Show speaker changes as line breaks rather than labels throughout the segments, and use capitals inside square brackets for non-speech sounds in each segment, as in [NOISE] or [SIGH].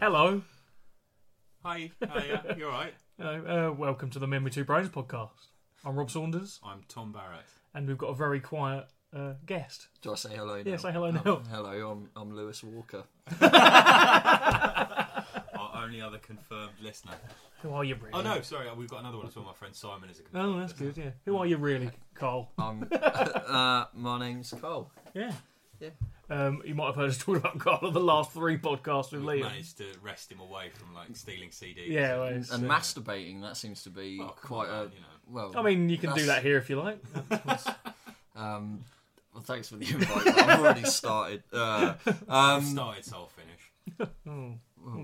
Hello.
Hi, hiya, you alright?
Hello. Uh, welcome to the Men with Two Brains podcast. I'm Rob Saunders,
I'm Tom Barrett.
and we've got a very quiet uh, guest.
Do I say hello now?
Yeah, say hello
Oh,
now.
hello, I'm, I'm Lewis Walker.
Our only other confirmed listener.
Who are you really?
Oh no, sorry, we've got another one as well. My friend Simon is a confirmed
Oh, that's good. Yeah. Who are you really, Carl?
I'm, [LAUGHS] uh, my name's Cole.
Yeah.
Yeah.
Um, you might have heard us [LAUGHS] talk about Carl on the last three podcasts with Liam.
We've managed to wrest him away from like stealing CDs.
Yeah. Well, it's,
and
uh,
masturbating, that seems to be
Oh, come
quite
on,
a.
you know.
Well, [LAUGHS]
I mean, you can do that
that's-
here if you like.
Um, well, thanks for the invite. but
[LAUGHS]
I've already started. Uh, um,
Started, so I'll finish.
Oh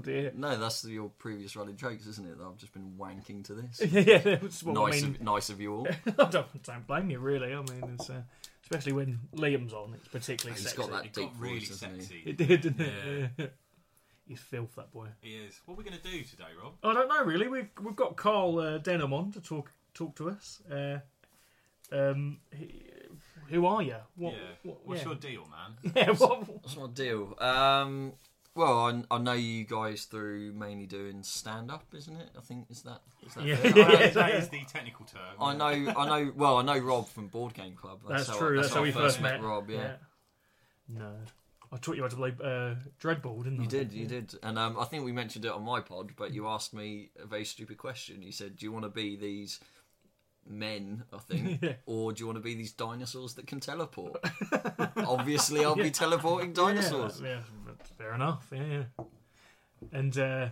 dear. [LAUGHS]
no, that's the- your previous running jokes, isn't it? That I've just been wanking to this.
Yeah, yeah. That's what
nice,
I mean.
of, nice of you all.
[LAUGHS] I don't, don't blame you, really. I mean, it's, uh, especially when Liam's on, it's particularly
He's
sexy.
got that
It
deep
got really
voice, doesn't he?
sexy.
[LAUGHS] It did, didn't
Yeah.
it? [LAUGHS] He's filth, that boy.
He is. What are we going to do today, Rob?
I don't know, really. We've we've got Carl uh, Denham on to talk talk to us. Uh, um, he, who are you? What,
yeah.
what-
What's
yeah.
your deal, man?
[LAUGHS] Yeah, what,
That's my deal. Um, well, I, I know you guys through mainly doing stand up, isn't it? I think is that. Is that
Yeah.
fair?
[LAUGHS] Yeah.
that is the technical term.
I know, I know. Well, I know Rob from Board Game Club.
that's, true. That's, how we
I
first met,
Rob. [LAUGHS] Yeah.
Nerd. I taught you how to play uh, Dreadball, didn't I?
you did, you did, and um, I think we mentioned it on my pod. But you asked me a very stupid question. You said, "Do you want to be these men?" I think,
[LAUGHS] Yeah.
or do you want to be these dinosaurs that can teleport? [LAUGHS] Obviously, I'll be teleporting dinosaurs.
Yeah, that- yeah, that's fair enough. Yeah, yeah. and uh,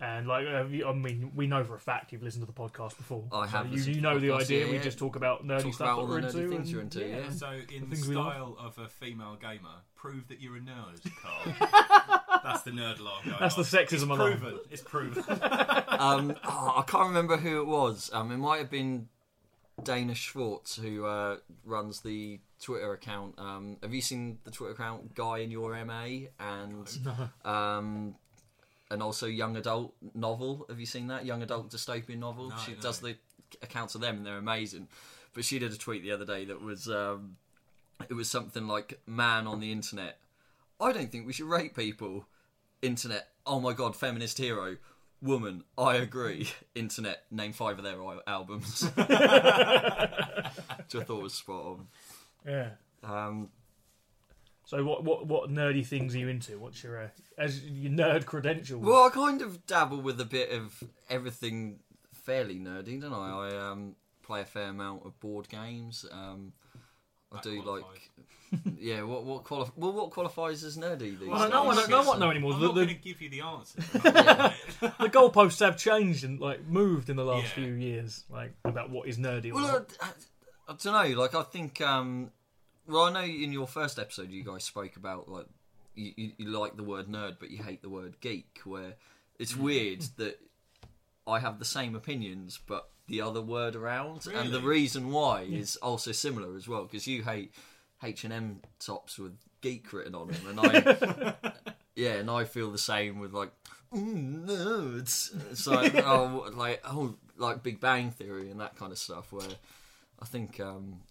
and like uh, you- I mean, we know for a fact you've listened to the podcast before.
I have
So you,
listened
you
to
know
the
the
podcast,
idea.
yeah,
we
yeah.
just talk about nerdy
Talk
stuff
about
that
all
we're
the
into.
nerdy things
and-
you're into. Yeah.
So, in the
things we love.
style of a female gamer, prove that you're a nerd, Carl.
[LAUGHS]
That's the nerd law. going
That's the
on.
sexism [LAUGHS]
It's
alarm.
proven. It's proven.
um, oh, I can't remember who it was. Um, it might have been Dana Schwartz who uh, runs the Twitter account. Um, have you seen the Twitter account Guy in Your MA and um, and also Young Adult Novel? Have you seen that Young Adult dystopian novel?
No,
she
no.
does the accounts of them and they're amazing. But she did a tweet the other day that was um, it was something like "Man on the internet." I don't think we should rate people. Internet, oh my god, feminist hero. Woman, I agree. [LAUGHS] Internet, name five of their al- albums. Which I thought was spot
yeah.
on. Um,
So what what what nerdy things are you into? What's your uh, as your nerd credentials?
well, I kind of dabble with a bit of everything fairly nerdy, don't I? I um, play a fair amount of board games. Um, I
That
do
qualifies.
like, yeah. What what qualif- Well, what qualifies as nerdy? These
I don't know. I
days?
don't know what no anymore.
I'm
The,
not going to
the,
give you
[LAUGHS]
the answer.
the [LAUGHS] goalposts have changed and like moved in the last
Yeah.
few years, like about what is nerdy. or
Well,
not.
I, I, don't know. Like, I think. Um, well, I know in your first episode you guys spoke about like you, you, you like the word nerd, but you hate the word geek. Where it's weird that I have the same opinions, but the other word around, and the
Really?
reason why is also similar as well. Because you hate H and M tops with geek written on them, and I. Yeah, and I feel the same with like mm, nerds.
[LAUGHS]
It's like oh, like oh, like Big Bang Theory and that kind of stuff. Where I think um,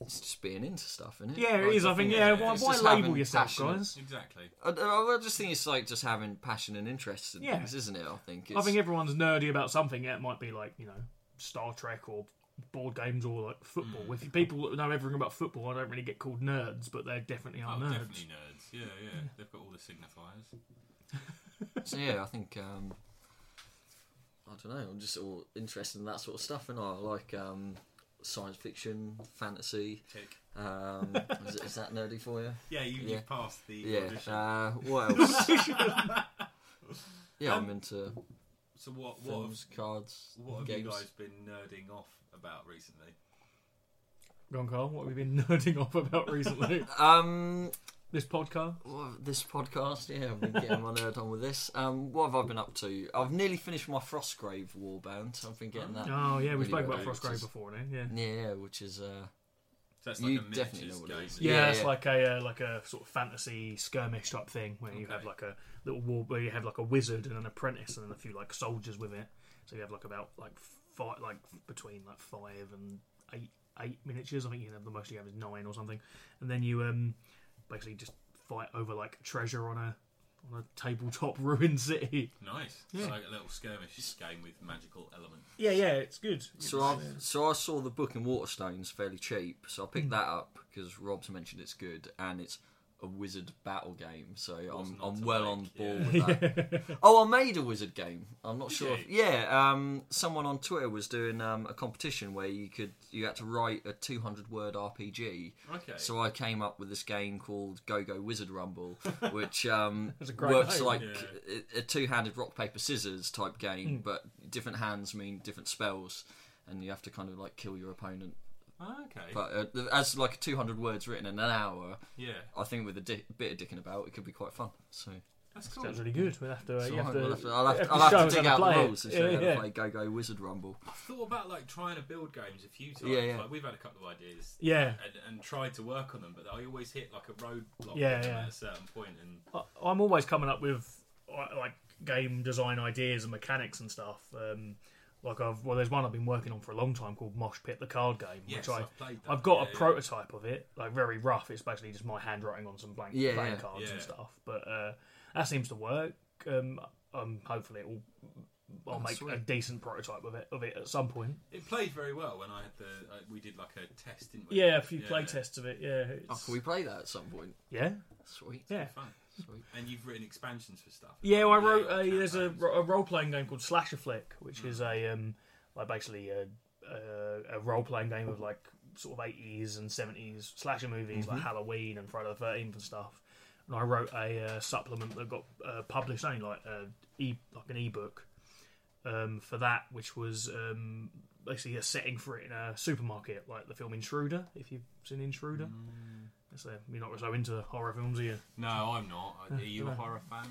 it's just being into stuff, isn't it?
yeah,
Like,
it is. I think
think,
yeah.
yeah,
Why,
it's
why
just
label
having
yourself,
passionate-
guys?
exactly.
I, I just think it's like just having passion and interest in
Yeah.
things, isn't it? I think. It's,
I think everyone's nerdy about something. It might be like you know Star Trek or board games or like football. If people that know everything about football, I don't really get called nerds, but they definitely
Oh,
are nerds.
definitely nerds. Yeah, yeah. They've got all the signifiers.
so, yeah, I think. Um, I don't know. I'm just all interested in that sort of stuff, and I like um, science fiction, fantasy.
Tick.
[LAUGHS]
Um, is, it- is that nerdy for you?
Yeah, you,
Yeah.
you've passed the
Yeah.
audition.
Uh,
[LAUGHS]
what else? yeah, I'm into
so Um, what? What? Have,
films, cards,
what have
games.
you guys been nerding off about recently?
Go on, Carl. What have we been [LAUGHS] nerding off about [LAUGHS] recently?
Um,
this podcast.
well, this podcast. Yeah, I've been getting my nerd on with this. Um, what have I been up to? I've nearly finished my Frostgrave warband. I've been getting that.
Oh yeah, we
Really
spoke about
well, which
Frostgrave
is-
before, then. Yeah.
Yeah, which is uh,
So that's like
You
a
definitely
miniatures
know what it
game.
is.
Yeah,
Yeah,
it's
yeah.
like a uh, like a sort of fantasy skirmish type thing where you have like a little war where you have like a wizard and an apprentice and then a few like soldiers with it. So you have like about like five, like between like five and eight eight miniatures. I think you can have the most you have is nine or something, and then you um basically just fight over like treasure on a on a tabletop [LAUGHS] ruined city.
Nice.
Yeah.
It's like a little skirmish game with magical element.
Yeah, yeah, it's good.
So I so I saw the book in Waterstones fairly cheap, so I picked that up because Rob's mentioned it's good and it's a wizard battle game. So I'm,
not
I'm
to
well
like,
on board with that. oh, I made a wizard game. I'm not sure. If, yeah, um, someone on Twitter was doing um, a competition where you could you had to write a 200 word RPG.
Okay.
So I came up with this game called Go Go
[LAUGHS]
Wizard Rumble, which um,
That's a great
works
name.
like
Yeah.
a, a two-handed rock paper scissors type game,
Hmm.
but different hands mean different spells, and you have to kind of like kill your opponent.
Ah, okay.
But uh, th- as like 200 words written in an hour,
yeah.
I think with a di- bit of dicking about, it could be quite fun. So,
That's cool.
Sounds really good. We'll have to. Uh,
so
you have
I-
to
we'll have to- I'll have,
you
to, I'll
show
have
us
to
how
dig out the
play it.
rules and show you
Yeah,
how
yeah.
to play Go Go Wizard Rumble.
I've thought about like trying to build games a few times.
Yeah, yeah.
Like we've had a couple of ideas.
Yeah.
And, and tried to work on them, but I always hit like a roadblock
Yeah,
at
yeah.
a certain point, and
I- I'm always coming up with uh, like game design ideas and mechanics and stuff. Um, like I've well, there's one I've been working on for a long time called Mosh Pit, the card game,
Yes,
which I
I've played that.
I've got a
Yeah, yeah.
prototype of it, like very rough. It's basically just my handwriting on some blank
Yeah,
playing
yeah.
cards and
Yeah.
stuff. But uh, that seems to work. Um, um, hopefully it will. I'll make a
sweet.
decent prototype of it of it at some point.
it played very well when I had the. Uh, we did like a test, didn't we?
Yeah, a few playtests of it. Yeah,
Oh,
it's,
can we play that at some point?
yeah,
Sweet,
yeah.
Fun.
sweet.
And you've written expansions for stuff.
Yeah, well, I wrote a,
campaigns.
there's a, ro- a role playing game called Slasher Flick, which is a um, like basically a, a, a role playing game of like sort of 80s and 70s slasher movies like Halloween and Friday the 13th and stuff. And I wrote a uh, supplement that got uh, published only like uh, e like an ebook um, for that, which was um, basically a setting for it in a supermarket, like the film Intruder. If you've seen Intruder, so you're not so into horror films, are you?
No, I'm not. Are you a horror fan?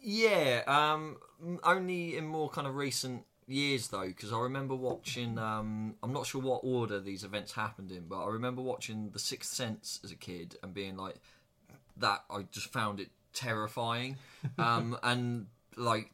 Yeah, um, m- only in more kind of recent years though, because I remember watching. Um, I'm not sure what order these events happened in, but I remember watching The Sixth Sense as a kid and being like, that I just found it terrifying, um, and like.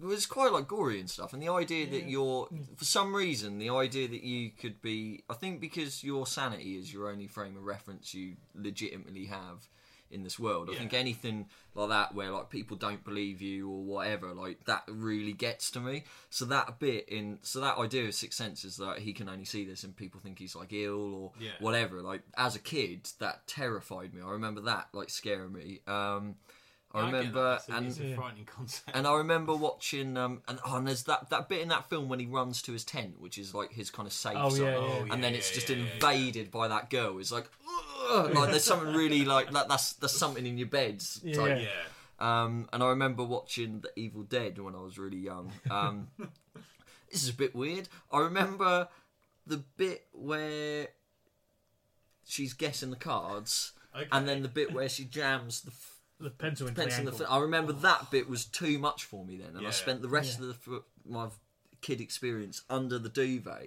It was quite like gory and stuff, and the idea that you're, for some reason, the idea that you could be, I think because your sanity is your only frame of reference you legitimately have in this world. I
Yeah.
think anything like that where like people don't believe you or whatever, like that really gets to me. So that bit in, so that idea of sixth sense is that he can only see this and people think he's like ill or
Yeah.
whatever whatever. Like as a kid, that terrified me. I remember that like scaring me. Um,
get
I
that.
remember
It's a- it's
and.
a frightening concept.
[LAUGHS] And I remember watching, um, and, oh, and there's that, that bit in that film when he runs to his tent, which is like his kind of safe
Oh,
zone,
yeah, yeah.
and then
yeah,
it's
yeah,
just
yeah, yeah.
invaded by that girl. It's like,
[LAUGHS]
"Ugh," like there's something really like that, that's that's something in your beds.
Yeah.
type
yeah.
um, and I remember watching The Evil Dead when I was really young. Um, this is a bit weird. I remember the bit where she's guessing the cards,
Okay.
and then the bit where she jams the f-
The pencil into
pencil in
the
the.
ankle.
F- I remember that bit was too much for me then, and
Yeah.
I spent the rest of the f- my f- kid experience under the duvet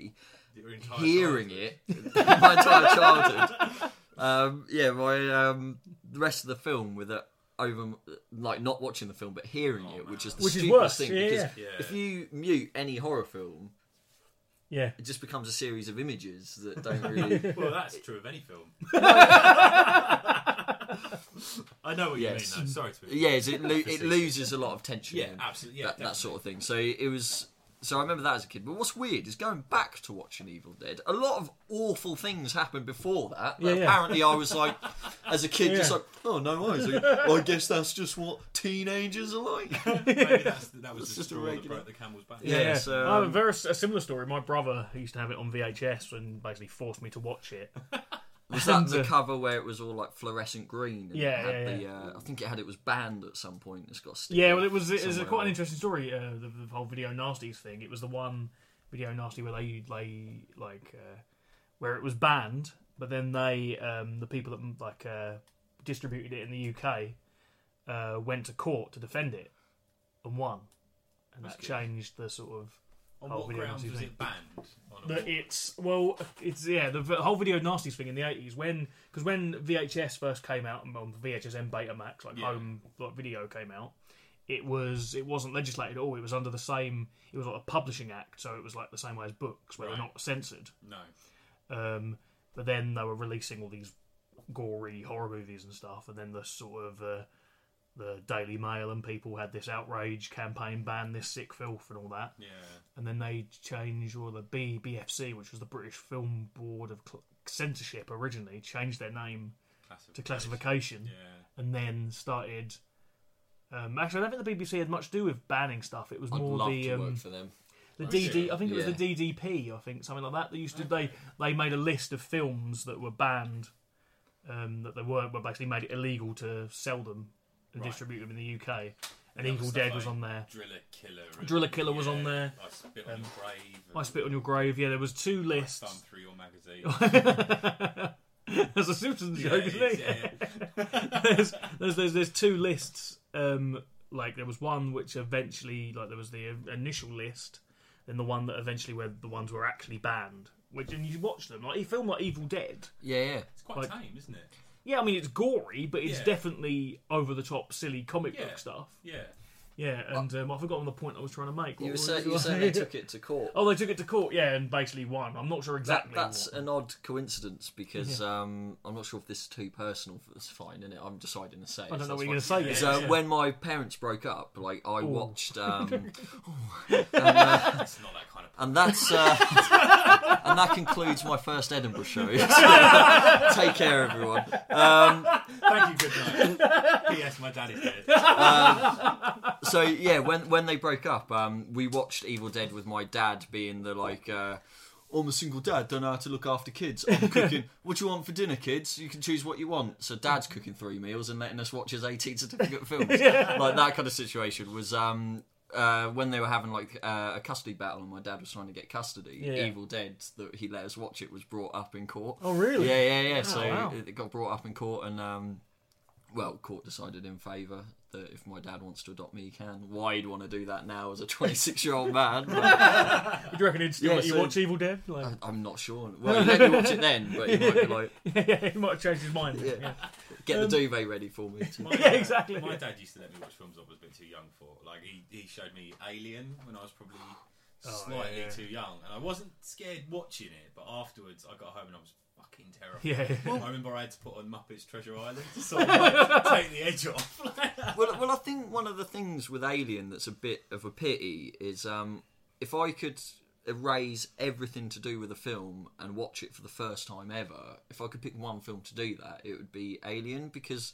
Your entire
hearing
childhood.
it [LAUGHS] my entire childhood. Um, yeah, my um, the rest of the film with it over like not watching the film but hearing it, which is the
Which is
stupidest
worse,
thing
yeah,
because
yeah.
if you mute any horror film,
Yeah.
it just becomes a series of images that
[LAUGHS]
don't really.
Well, that's true of any film. [LAUGHS] I know what
Yes.
you mean. Though. Sorry to be.
yeah, it's- it, lo- it loses a lot of tension.
Yeah,
in
absolutely, yeah,
that, that sort of thing. So it was. So I remember that as a kid. But what's weird is going back to watching Evil Dead. A lot of awful things happened before that. but
Yeah, yeah.
Apparently, I was
[LAUGHS]
like, as a kid, just
Yeah.
like, oh no, worries. Like, well, I guess that's just what teenagers are like.
Maybe that's, that was the
just a
straw that
regular-
broke the camel's back.
Yeah.
Yeah,
so,
I have a
um,
very s- a similar story. My brother used to have it on VHS and basically forced me to watch
[LAUGHS]
it.
[LAUGHS] Was that
And,
the
uh,
cover where it was all like fluorescent green? And it
Yeah,
had
yeah,
the,
yeah.
Uh, I think it had it was banned at some point. It's got a sticker
Yeah, well, it was it was a
somewhere
quite
on
an
it.
interesting story. Uh, the, the whole video nasties thing. It was the one video nasty where they they like uh, where it was banned, but then they um, the people that like uh, distributed it in the UK uh, went to court to defend it and won, and that
good.
changed the sort of
On
whole
what
video
grounds
nasties
was
thing.
it banned? On a
But
wall?
it's well, it's yeah, the v- whole video nasties thing in the eighties when because when VHS first came out and on VHS and Betamax like
Yeah.
home like video came out, it was it wasn't legislated at all. It was under the same it was like a publishing act, so it was like the same way as books where they're
Right.
not censored.
no.
Um, but then they were releasing all these gory horror movies and stuff, and then the sort of uh, the Daily Mail and people had this outrage campaign ban this sick filth and all that.
Yeah.
And then they changed, or the BBFC, which was the British Film Board of Cl- Censorship originally, changed their name to
Classification.
classification
Yeah.
and then started. Um, actually, I don't think the BBC had much to do with banning stuff. It was
I'd
more
love
the
to work
um,
for them.
the
Okay.
DD. I think it was
Yeah.
the DDP. I think something like that. They used to they they made a list of films that were banned, um, that they weren't, but basically made it illegal to sell them and
Right.
distribute them in the UK. And
That
Evil
stuff
Dead
like
was on there.
Driller Killer. and-
Driller Killer was on there.
I spit on your grave. and
I spit on your grave. Yeah, there was two
I
lists.
Thumb through your magazine.
[LAUGHS] That's a Simpsons
Yeah,
joke,
it
isn't
is,
it?
yeah, yeah.
[LAUGHS] there's, there's there's there's two lists. Um, like there was one which eventually, like there was the initial list, then the one that eventually where the ones were actually banned. Which and you watch them like you film like Evil Dead.
Yeah, yeah.
It's quite
Like-
tame, isn't it?
Yeah, I mean it's gory, but it's
Yeah.
definitely over the top, silly comic
Yeah.
book stuff. [LAUGHS]
Yeah.
Yeah, and um, I've forgotten the point I was trying to make. What
You were,
was
say,
it?
you were
[LAUGHS]
saying they took it to court.
Oh, they took it to court, yeah, and basically won. I'm not sure
That,
exactly.
that's
what.
an odd coincidence because um, I'm not sure if this is too personal for this fine, and I'm deciding to say.
I don't know what you're gonna
going to
say yet.
Is, uh,
Yeah.
When my parents broke up, like I
[LAUGHS]
watched, um,
It's not that kind of.
and that's uh, and that concludes my first
[LAUGHS]
Edinburgh show. [LAUGHS] Take care, everyone.
Thank you, good [LAUGHS] night. P.S. My dad
[LAUGHS]
is dead.
so yeah, when when they broke up, um, we watched Evil Dead with my dad being the like. Uh, I'm a single dad, don't know how to look after kids. I'm cooking. what do you want for dinner, kids? You can choose what you want. So dad's cooking three meals and letting us watch his 18 certificate films. Like that kind of situation was um, uh, when they were having like uh, a custody battle and my dad was trying to get custody.
Yeah.
Evil Dead that he let us watch it was brought up in court.
Oh, really?
Yeah, yeah, yeah. so
wow.
it got brought up in court and um, well, court decided in favour that if my dad wants to adopt me, he can. Why he'd want to do that now as a 26 year
[LAUGHS]
old man, but
Do you reckon he'd still
Yeah,
let you
so-
watch Evil Dead? Like,
I'm not sure. Well, he let me watch it then, but he might
[LAUGHS]
be like,
yeah, he might have changed his mind.
Yeah. get
Um,
the duvet ready for me.
My,
Yeah,
dad-
exactly.
My dad used to let me watch films I was a bit too young for. Like he, he showed me Alien when I was probably slightly
Oh, yeah, yeah.
too young, and I wasn't scared watching it. But afterwards, I got home and I was fucking terrified.
Yeah.
I remember I had to put on Muppets Treasure Island
[LAUGHS]
to sort of like, take the edge off.
[LAUGHS] well, well, I think one of the things with Alien that's a bit of a pity is um, if I could erase everything to do with a film and watch it for the first time ever, if I could pick one film to do that, it would be Alien because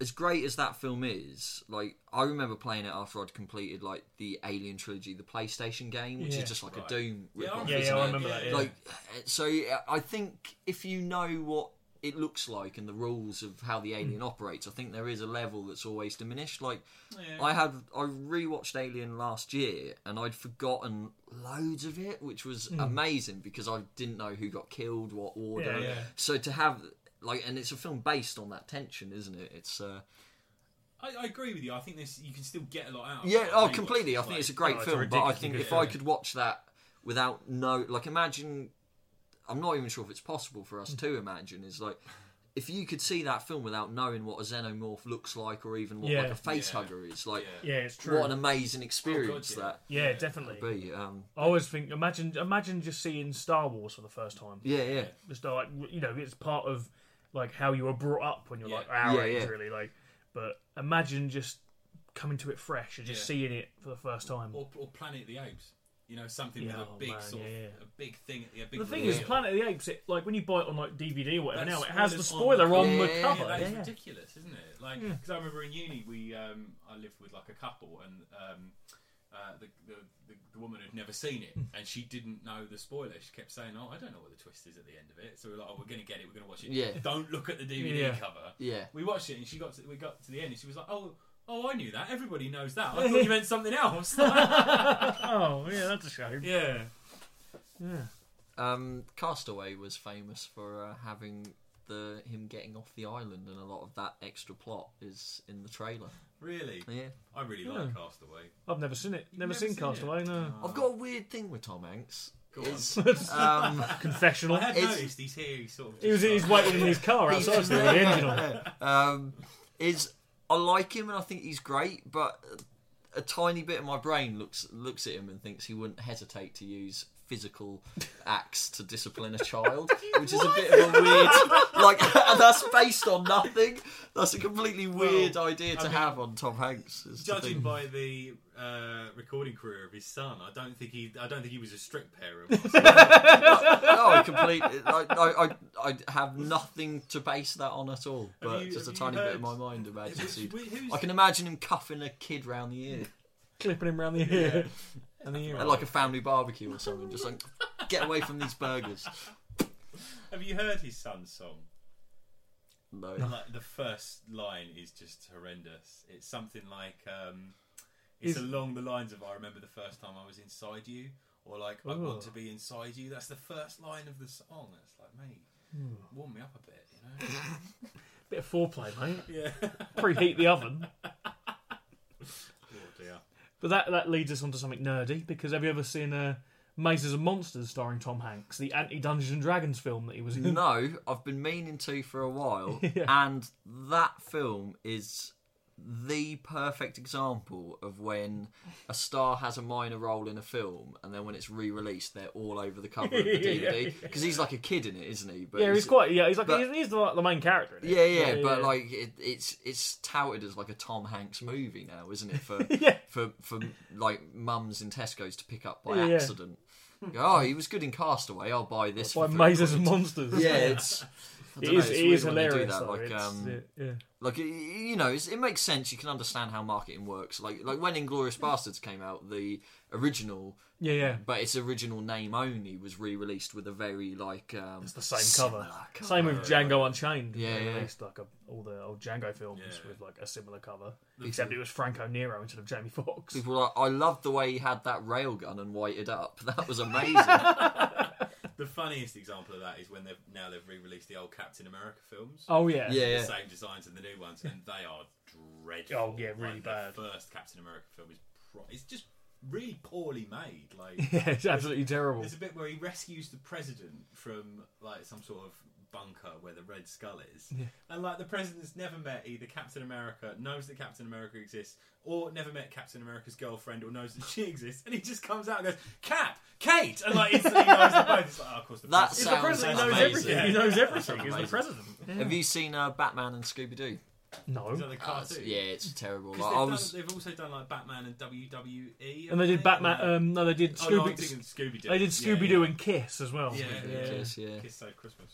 as great as that film is, like I remember playing it after I'd completed like the Alien trilogy, the PlayStation game, which
Yeah.
is just like
Right.
a Doom. rip-off,
yeah,
isn't
I
it?
remember that, yeah.
like so i think if you know what it looks like and the rules of how the
Hmm.
alien operates i think there is a level that's always diminished like
Yeah.
i had i rewatched alien last year and i'd forgotten loads of it which was amazing because i didn't know who got killed what order
Hmm. Yeah, yeah.
so to have like and it's a film based on that tension isn't it it's uh
I, I agree with you. I think this you can still get a lot out. of
yeah,
it.
oh,
Rewatch,
completely. I think
like-
it's a great
Oh, it's a
film, but I
ridiculous
think
good
if
film.
I could watch that without no, like, imagine, I'm not even sure if it's possible for us to imagine. Is like, if you could see that film without knowing what a xenomorph looks like, or even what like
Yeah.
a face
Yeah.
hugger is, like,
Yeah.
Yeah, it's true.
what an amazing experience
yeah.
yeah, definitely.
that would be. Um,
I always think imagine imagine just seeing Star Wars for the first time.
yeah, yeah,
Just like you know, it's part of like how you were brought up when you're
Yeah.
like our
Yeah,
age,
yeah.
really. Like, but imagine just coming to it fresh and just
Yeah.
seeing it for the first time.
or, or Planet of the Apes. You know, something
Yeah,
with
oh,
a big
man,
sort
yeah,
of
yeah.
a big thing. Yeah, big
the thing
reveal.
is, Planet of the Apes. It like when you buy it on like DVD or whatever
That
now, it has the
spoiler's
spoiler on the
Yeah,
cover.
Yeah, that
Yeah,
is
yeah.
ridiculous, isn't it? Like, because I remember in uni, we um, I lived with like a couple, and um, uh, the, the, the the woman had never seen
Hmm.
it, and she didn't know the spoiler. She kept saying, "Oh, I don't know what the twist is at the end of it." So we are like, "Oh, we're gonna get it. We're gonna watch it.
Yeah.
Don't look at the DVD
Yeah.
cover."
yeah.
We watched it, and she got to, we got to the end, and she was like, "Oh." Oh, I knew that. Everybody knows that. I thought you meant
[LAUGHS]
something else.
[LAUGHS]
[LAUGHS]
Oh, yeah, that's a shame.
yeah.
Yeah.
Um, Castaway was famous for uh, having the him getting off the island, and a lot of that extra plot is in the trailer.
Really?
Yeah.
I really like Castaway.
I've never seen it. Never,
never
seen,
seen it?
Castaway. No.
I've got a weird thing with Tom Hanks.
Go on.
Um,
Confessional.
I had
It's-
noticed he's here. He's sort of.
He was
just
he's
like- [LAUGHS]
waiting in his
[LAUGHS]
Oh,
car outside still with the engine on.
um, is I like him and I think he's great, but a tiny bit of my brain looks looks at him and thinks he wouldn't hesitate to use
[LAUGHS]
physical axe to discipline a child, which is a bit of a weird. Like [LAUGHS] that's based on nothing. That's a completely weird idea to
I mean,
have on Tom Hanks. is the
Judging
thing.
by the uh, recording career of his son, I don't think he. I don't think he was a strict parent. [LAUGHS] was he?
no,
[LAUGHS]
"Oh, I completely. I, I, I, I have nothing to base that on at all. But
you-
just a
have you
tiny bit
heard-
of my mind
It was-
imagines.
wh- who's-
I can imagine him cuffing a kid round the ear
clipping him around the ear and the ear.
at like a family barbecue or something. Just like get away from these burgers.
Have you heard his son's song?
No.
And, like the first line is just horrendous. It's something like um, it's
Is-
along the lines of "I remember the first time I was inside you," or like "I
Ooh.
want to be inside you." That's the first line of the song. That's like, mate,
Hmm.
warm me up a bit,
[LAUGHS]
you know?
bit of foreplay, mate.
yeah. [LAUGHS]
Preheat the oven.
Oh dear.
But that that leads us onto something nerdy because have you ever seen uh, Mazes and Monsters starring Tom Hanks, the anti Dungeons and Dragons film that he was in?
No, I've been meaning to for a while,
[LAUGHS] Yeah.
and that film is the perfect example of when a star has a minor role in a film, and then when it's re-released, they're all over the cover
[LAUGHS]
of the DVD because he's like a kid in it, isn't he? But
Yeah, he's quite. Yeah, he's like
but-
he's, he's the, like, the main character. In it.
Yeah, yeah, but like it, it's it's touted as like a Tom Hanks movie now, isn't it? For
[LAUGHS] Yeah.
for for like mums in Tesco's to pick up by
Yeah, yeah.
accident. Oh, he was good in Castaway. I'll buy this.
by
for three
Mazes and
quid.
Monsters. [LAUGHS]
Yeah, it's. I
It
don't know,
is,
it's
it
weird
is
when they do
hilarious.
that,
though.
Like,
It's-
um,
it- yeah.
like y- you know, it's, it makes sense. You can understand how marketing works. Like, like when Inglorious Bastards came out, the original,
yeah, yeah.
but its original name only, was re-released with a very like um,
It's the same cover.
similar
Same with Django Unchained.
Yeah,
they
yeah.
released like a, all the old Django films
Yeah.
with like a similar cover, except it was Franco Nero instead of Jamie Foxx.
People were like, I love the way he had that railgun and whited up. [LAUGHS]
[LAUGHS]
That was amazing.
The funniest example of that is when they've now they've re-released the old Captain America films.
Oh yeah,
yeah,
The
yeah.
same designs and the new ones, and they are dreadful.
Oh, yeah, really
Like,
bad.
The first Captain America film is pro- it's just really poorly made.
[LAUGHS]
Like
yeah. It's absolutely terrible.
There's a bit where he rescues the president from like some sort of bunker where the Red Skull is, and like the president's never met either Captain America, knows that Captain America exists, or never met Captain America's girlfriend or knows that she exists, and he just comes out and goes Cap, Kate, and
[LAUGHS]
like instantly knows them both. It's like, oh, of course, the
That
It's
president.
the
sounds
president who knows
amazing.
everything. He knows everything.
Sounds
He's the
amazing.
president.
Have you seen uh, Batman and Scooby Doo?
No.
Is that the cartoon?
yeah, it's terrible.
'Cause
Like,
they've,
I
done-
was.
they've also done like Batman and WWE,
And they did Batman.
Uh,
Um, no, they did
oh, no, I'm
Scooby.
thinking Scooby Doo.
they did
Yeah,
Scooby Doo and Kiss as well.
Yeah,
Yeah,
yeah.
Kiss, yeah.
yeah. Kids Save Christmas.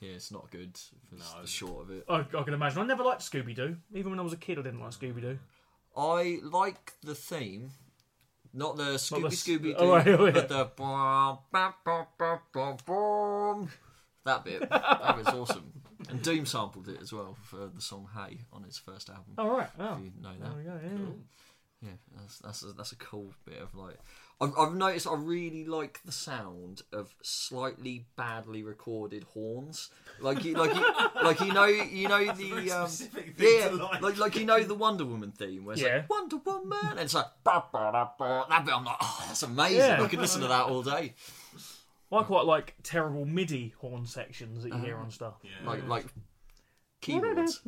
yeah, it's not good. That's
No.
the short of it.
I, I can imagine. I never liked Scooby Doo. Even when I was a kid, I didn't like Scooby Doo.
I like the theme. Not the Scooby
the s-
Scooby Doo,
oh, right, oh, yeah.
but the bum, bum, bum, bum, bum, bum. that bit.
[LAUGHS]
That bit's awesome. And Doom sampled it as well for the song "Hey" on his first album.
All right. Oh,
If you know that.
there we go. Yeah.
Yeah, that's that's a, that's a cool bit of like. I've, I've noticed I really like the sound of slightly badly recorded horns, like you
[LAUGHS]
like you, like you know you know
very
the um,
specific thing
yeah
to like.
like like you know the Wonder Woman theme where it's
Yeah.
like Wonder Woman and it's like ba, ba, da, ba. that bit I'm like oh that's amazing
Yeah.
I could listen to that all day
Well, I quite like terrible MIDI horn sections that you
Uh-huh.
hear on stuff.
Yeah.
like like keyboards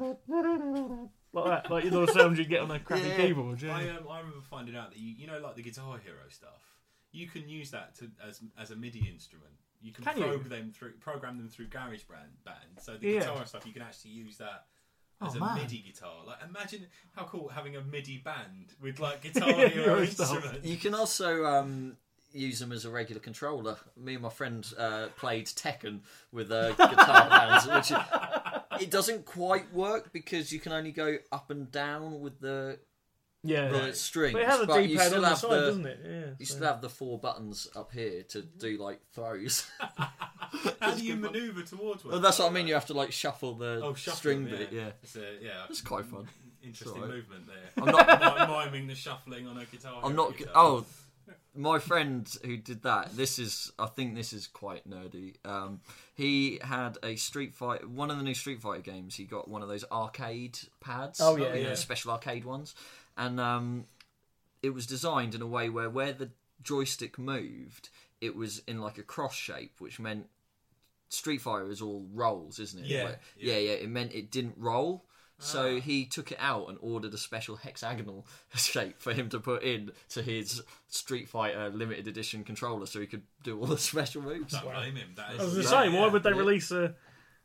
Like that, like the sounds you get on a crappy
Yeah. uh,
keyboard. Yeah.
I, um, I remember finding out that you, you know, like the Guitar Hero stuff, you can use that to, as as a MIDI instrument. You can,
Can you?
program them through program them through GarageBand. Band. So the
Yeah.
guitar stuff, you can actually use that as
Oh,
a
man.
MIDI guitar. Like, imagine how cool having a MIDI band with like [LAUGHS] Guitar
Yeah,
Hero
your stuff.
instruments.
You can also um, use them as a regular controller. Me and my friend uh, played Tekken with
[LAUGHS]
uh, guitar hands, which is- it doesn't quite work because you can only go up and down with the,
yeah.
the strings.
But it has a
but
D
you
pad
still
on the
have
side,
the
doesn't it? Yeah.
you
so-
still have the four buttons up here to do like
[LAUGHS]
throws.
How do you maneuver towards one?
well, that's what I mean. You have to like shuffle the
oh, shuffle
string
them,
bit. Yeah,
It's a, yeah,
it's quite fun.
interesting
alright.
movement there.
I'm not.
Mi- [LAUGHS] miming the shuffling on a guitar.
I'm
Hero
not.
Guitar.
Oh, my friend who did that. This is. I think this is quite nerdy. Um, he had a Street Fight. One of the new Street Fighter games. He got one of those arcade pads.
Oh, yeah,
you know,
yeah.
special arcade ones, and um, it was designed in a way where where the joystick moved, it was in like a cross shape, which meant Street Fighter is all rolls, isn't it?
Yeah,
Like- yeah, yeah. It meant it didn't roll. So he took it out and ordered a special hexagonal [LAUGHS] shape for him to put in to his Street Fighter limited edition controller, so he could do all the [LAUGHS]
[LAUGHS]
special moves.
Don't blame him. That is
I was
yeah,
going to say, why
yeah.
would they
yeah.
release a
It's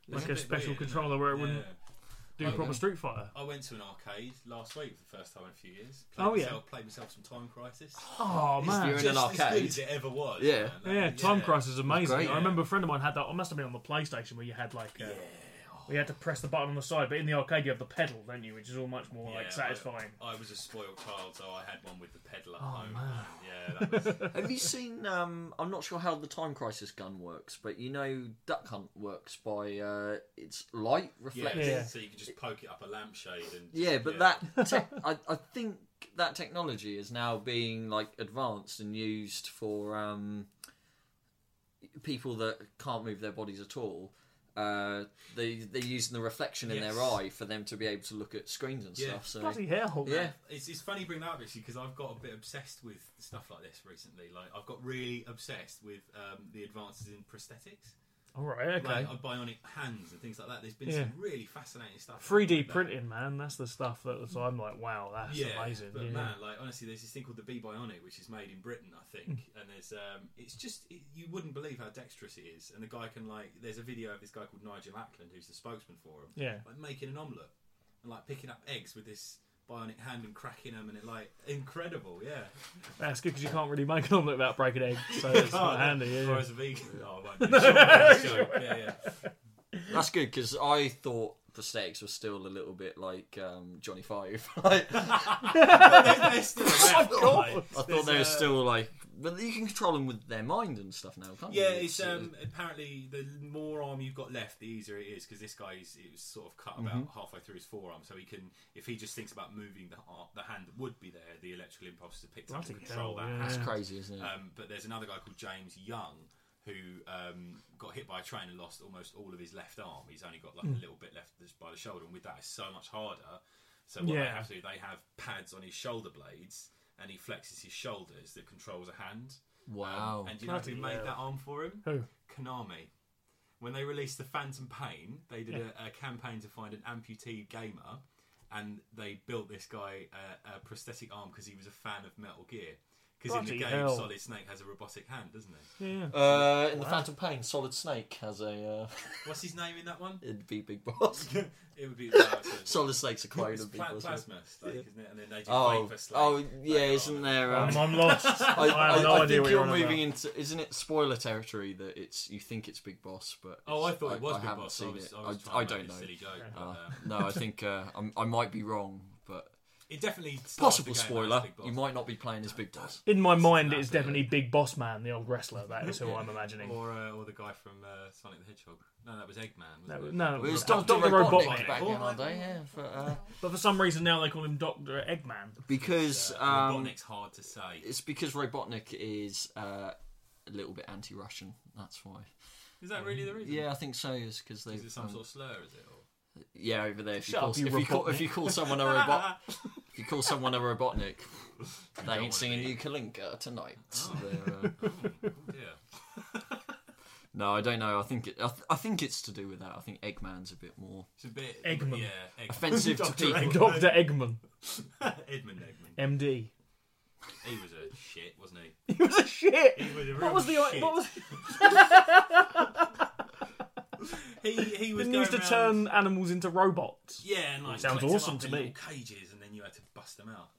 like
bit
a special
weird, isn't
controller where it wouldn't
Yeah.
do
Like
proper
that.
Street Fighter?
I went to an arcade last week for the first time in a few years. Played
Oh, yeah.
myself, Played myself some Time Crisis.
Oh man,
You're in an
Just As good
arcade.
as it ever was.
Yeah.
man. That-
Yeah, Time Crisis is amazing.
great,
I
yeah.
remember a friend of mine had that. It must have been on the PlayStation where you had like, uh, where you had to press the button on the side, but in the arcade you have the pedal, don't you? Which is all much more
Yeah,
like satisfying.
I, I was a spoiled child, so I had one with the pedal
Oh,
at home. Yeah, that
[LAUGHS]
was,
Have you seen? Um, I'm not sure how the Time Crisis gun works, but you know Duck Hunt works by uh, its light
yeah,
reflecting.
Yeah.
So you could just poke it up a lampshade and.
Yeah, but that
[LAUGHS]
te- I, I think that technology is now being like advanced and used for um, people that can't move their bodies at all. Uh, they they're using the reflection in their
Yes.
eye for them to be able to look at screens and
Yeah.
stuff. So
Bloody hell!
yeah,
It's, it's funny you bring that up actually because I've got a bit obsessed with stuff like this recently. Like I've got really obsessed with um, the advances in prosthetics,
All right. Okay.
like uh, bionic hands and things like that. There's been some really fascinating stuff.
3D
like that.
printing, man. That's the stuff that so I'm like, wow, that's
yeah,
amazing.
But
yeah.
man, like honestly, there's this thing called the B Bionic, which is made in Britain, I think.
Mm.
and there's, um, it's just it, you wouldn't believe how dexterous he is. And the guy can like, there's a video of this guy called Nigel Ackland, who's the spokesman for him,
Yeah.
like making an omelette and like picking up eggs with this bionic hand and cracking them, and it like incredible, yeah.
That's good because you can't really make an omelette without breaking eggs, so Oh,
[LAUGHS]
[LAUGHS]
it's
Oh,
quite handy. Yeah.
Oh, Or as a vegan,
[LAUGHS]
oh, I won't do it. Sure, sure. yeah, yeah.
that's good because I thought prosthetics were still a little bit like um, Johnny Five. [LAUGHS] Like,
[LAUGHS]
There's still
Oh
around, like,
I thought
there's,
they were
uh,
still like, but you can control them with their mind and stuff now, can't
Yeah,
you?
it's um, apparently the more arm you've got left, the easier it is because this guy's it was sort of cut about
Mm-hmm.
halfway through his forearm, so he can if he just thinks about moving the ar- the hand that would be there, the electrical impulse to pick up
Bloody
and control
hell,
that.
yeah.
it's
hand.
crazy, isn't it?
Um, but there's another guy called James Young who um, got hit by a train and lost almost all of his left arm. He's only got like
Hmm.
a little bit left just by the shoulder, and with that, it's so much harder. So what they
Yeah.
have to do, they have pads on his shoulder blades, and he flexes his shoulders that controls a hand.
wow.
And do you know who
Bloody
made
hell.
that arm for him?
Who?
Konami. When they released the Phantom Pain, they did a, a campaign to find an amputee gamer, and they built this guy a, a prosthetic arm because he was a fan of Metal Gear. Because in the
Bloody
game,
hell.
Solid Snake has a robotic hand, doesn't he?
Yeah.
Uh, in the Phantom Pain, Solid Snake has a. Uh,
[LAUGHS] What's his name in that one?
it'd be Big Boss.
[LAUGHS] It would be
[LAUGHS] Solid Snake's a clone
It's
of Big
pla-
Boss.
plasma snake, isn't it? And then they did
Oh,
Vapor Snake.
oh, yeah,
later
isn't
on.
there? Um,
I'm, I'm lost. I,
[LAUGHS] I,
have no
I
idea
think
what
you're
on
moving
about.
into. Isn't it spoiler territory that it's you think it's Big Boss, but
Oh, I
it's-
thought it was
I,
Big
haven't
Boss. I,
seen
was,
it.
I, was
I,
trying to
don't
make a
know.
Silly joke, but,
Uh,
uh,
no, I think uh, I'm, I might be wrong, but
it definitely starts
possible
the game as
spoiler.
Big Boss.
You might not be playing as Big Boss.
In my mind, it's definitely Big Boss Man, the old wrestler. That is who I'm imagining.
[LAUGHS]
Or, uh, or the guy from uh, Sonic the Hedgehog. No, that was Eggman. Wasn't
That
it?
was- No,
It was
Doc-
Doctor Robotnik
Robotnik.
back in our day, yeah. But, uh,
But for some reason now they call him Doctor Eggman.
because um,
Robotnik's hard to say.
it's because Robotnik is uh, a little bit anti-Russian. That's why.
Is that really the reason?
Yeah, I think so. Is because they.
Is it some
um,
sort of slur? Is it? Or?
Yeah, over there. If you,
Shut
call,
up, you
if, you call,
Robotnik.
if you call someone
[LAUGHS]
a robot, if you call someone a Robotnik, they
wanna
ain't singing
be.
"You Kalinka" tonight. They're, uh, [LAUGHS]
Oh, dear.
no, I don't know. I think it, I, th- I think it's to do with that. I think Eggman's a bit more
It's a bit.
Eggman.
Yeah. [LAUGHS]
offensive to
Dr.
people.
[LAUGHS] Doctor Eggman,
Edmund Eggman.
MD.
He was a shit, wasn't he?
He was a shit.
He was a real
What was the
shit.
what was
he? He was
the news to
going
turn
round-
animals into robots?
[LAUGHS] Yeah, and like
sounds
collect 'em
awesome
up
to
in
me.
little Cages, and then you had to bust them out.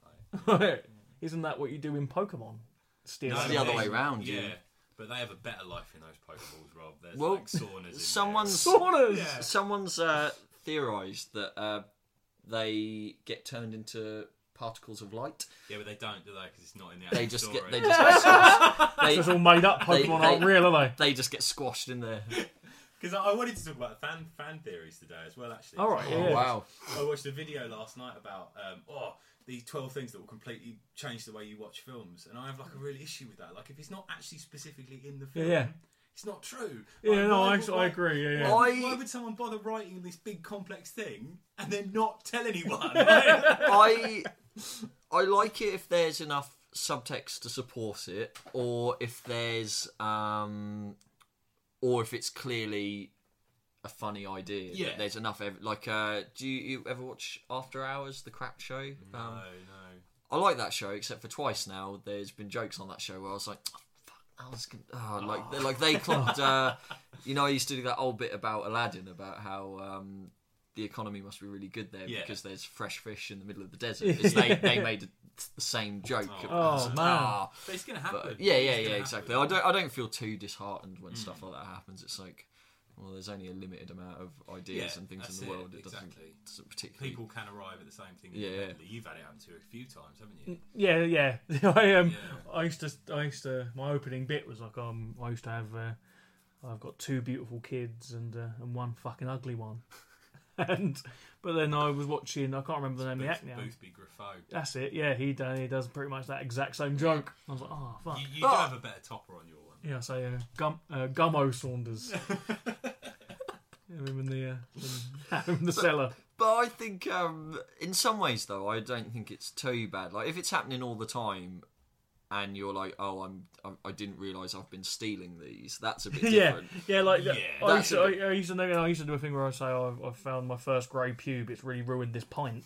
Like,
Isn't that what you do in Pokemon? Steal
No,
the other
they-
way round,
Yeah.
yeah.
But they have a better life in those Pokeballs, Rob. There's
Well,
like saunas. in
[LAUGHS]
someone's-
saunas.
there. Yeah.
Someone's uh, theorised that uh, they get turned into particles of light.
yeah, but they don't do that because it's not in the.
They
actual
just
story.
get they just
[LAUGHS]
It's
they,
all made up.
They-
Pokemon
they-
aren't real, are they?
they just get squashed in there.
Because I I wanted to talk about fan fan theories today as well. Actually,
All right,
So
yeah.
Oh, wow.
I watched a video last night about um, oh these twelve things that will completely change the way you watch films, and I have like a real issue with that. Like if it's not actually specifically in the film,
Yeah.
it's not true.
Yeah,
Like,
no,
why
I,
would-
I agree. Yeah, yeah.
Well,
Why,
I-
why would someone bother writing this big complex thing and then not tell
[LAUGHS]
anyone? Like,
I I like it if there's enough subtext to support it, or if there's um, or if it's clearly a funny idea. that
Yeah.
there's enough. Ev- like, uh, do you, you ever watch After Hours, the crap show?
no,
Um,
no.
I like that show, except for twice now. There's been jokes on that show where I was like, oh, fuck, I was gonna, oh, like, they- like they clocked.
[LAUGHS]
Uh, you know, I used to do that old bit about Aladdin about how. Um, the economy must be really good there
Yeah.
because there's fresh fish in the middle of the desert. It's they, they made the same joke.
Oh,
and I was
Oh,
like,
man.
"Ah,
But it's gonna happen.
but yeah, yeah,
It's
yeah,
gonna
exactly. I
happen.
don't, I don't feel too disheartened when
Mm.
stuff like that happens. It's like, well, there's only a limited amount of ideas
Yeah,
and things
that's
in the
it,
world. It doesn't,
exactly.
doesn't particularly.
People can arrive at the same thing.
Yeah, yeah.
independently. You've had it happen to you a few times, haven't you?
Mm, Yeah, yeah. [LAUGHS] I um, [LAUGHS]
Yeah.
I used to, I used to. My opening bit was like, um, I used to have, uh, I've got two beautiful kids and uh, and one fucking ugly one. [LAUGHS] and but then I was watching, I can't remember the name of the act
Booth,
now.
Boothby Griffo.
That's it. Yeah, he done, he does pretty much that exact same joke. I was like, oh fuck.
You, you do
Ah.
have a better topper on your one.
Yeah, so uh, Gum uh, Gummo Saunders. yeah, him in the uh, him- him in the cellar.
But I think, um, in some ways, though, I don't think it's too bad. Like, if it's happening all the time, and you're like, oh, I'm, I, I didn't realise I've been stealing these. That's a bit
[LAUGHS] Yeah,
different.
yeah, like that-
Yeah.
I,
That's
used to, I, I used to know. I used to do a thing where I say, oh, "I've, I've found my first grey pube. It's really ruined this pint."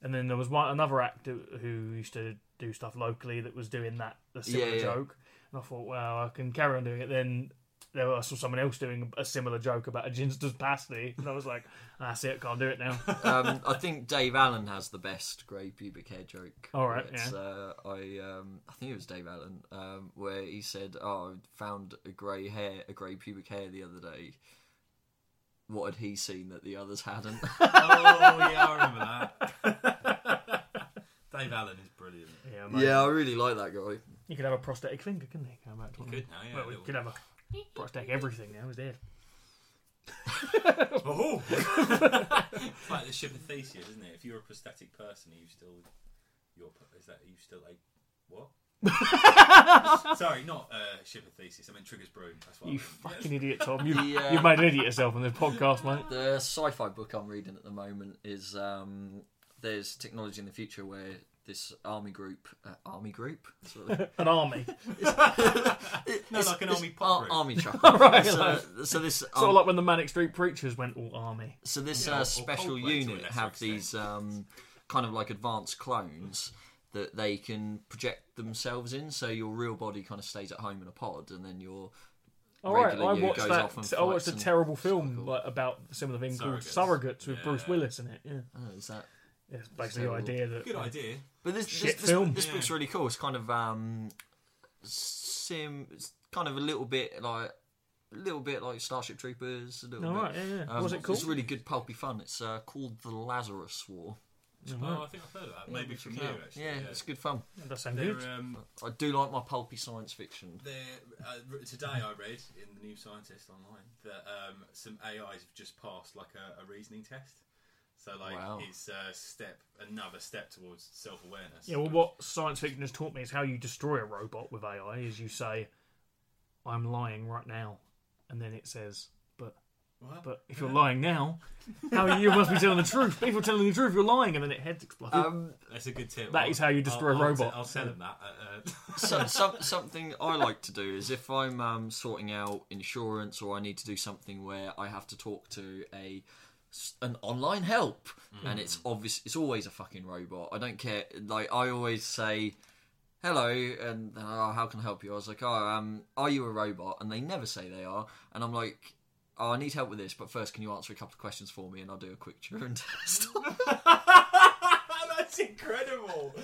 And then there was one another actor who used to do stuff locally that was doing that a similar
Yeah, yeah.
joke, and I thought, "Well, I can carry on doing it." Then there was, I saw someone else doing a similar joke about a ginster's pasty, and I was like, "That's it, can't do it now."
um, I think Dave Allen has the best grey pubic hair joke.
All right,
It's, uh, I um, I think it was Dave Allen um, where he said, "Oh, I found a grey hair, a grey pubic hair the other day. What had he seen that the others hadn't?"
[LAUGHS]
oh yeah, I remember that. Dave Allen is brilliant.
yeah, mate.
yeah, I really like that guy.
You could have a prosthetic finger, couldn't you? Going back to what-
Good now, yeah.
well, we
little-
could have a prosthetic everything now. Is there?
Oh, [LAUGHS] it's like the ship of Theseus, isn't it? If you're a prosthetic person, are you still your is that are you still a what? Sorry, not uh, ship of Theseus. I mean Trigger's broom. That's what
You
I mean.
fucking idiot, Tom. You,
Yeah.
You've made an idiot yourself on this podcast, mate.
The sci-fi book I'm reading at the moment is um, there's technology in the future where this army group, uh, army group, That's
[LAUGHS]
what they-
An [LAUGHS] army.
No, like an army pop
Ar-
group. [LAUGHS]
army truck.
Right,
So,
like-
so this
Sort
um,
of like when the Manic Street Preachers went all army.
So this
Yeah, or-
uh,
or
special
Coldplay to a
unit
lesser
have
extent.
these um, kind of like advanced clones that they can project themselves in. So your real body kind of stays at home in a pod, and then your
All Oh, right,
regular
I
you
watched
goes
that.
off and
I watched
fights
a
and-
terrible film like, about a similar thing called
Surrogates.
Surrogates with
Yeah.
Bruce Willis in it. Yeah,
Oh, is that?
it's basically the
Terrible.
idea that
Good idea.
But this
Shit
this, this,
film.
this
Yeah.
book's really cool. It's kind of um, sim. It's kind of a little bit like a little bit like Starship Troopers. A little
All
bit.
right, yeah, yeah.
Um,
was it called?
It's really good pulpy fun. It's uh, called the Lazarus War.
Oh, I think I've heard of that. Maybe
Yeah,
from
check
you
it out.
actually.
Yeah, it's good fun.
That sounds
uh,
good.
They're, um,
I do like my pulpy science fiction.
There, uh, r- today I read in the New Scientist online that um, some AIs have just passed like a, a reasoning test. So like
Wow.
it's a step, another step towards self awareness.
Yeah, well, what science fiction has taught me is how you destroy a robot with AI is you say, "I'm lying right now," and then it says, "But,
What?
but if you're lying now, how you must be telling the truth? But if you're telling the truth, you're lying," and then it heads explode.
Um,
That's a good tip.
That
I'll-
is how you destroy
I'll,
a
I'll t-
robot.
I'll sell them that. Uh, [LAUGHS] uh,
so, some, something I like to do is if I'm um, sorting out insurance or I need to do something where I have to talk to a s- an online help, and it's obvious it's always a fucking robot. I don't care. Like I always say. Hello, and oh, how can I help you? I was like, oh, um, are you a robot? And they never say they are, and I'm like, oh, I need help with this, but first, can you answer a couple of questions for me, and I'll do a quick [LAUGHS] Turing test.
that's [LAUGHS] incredible.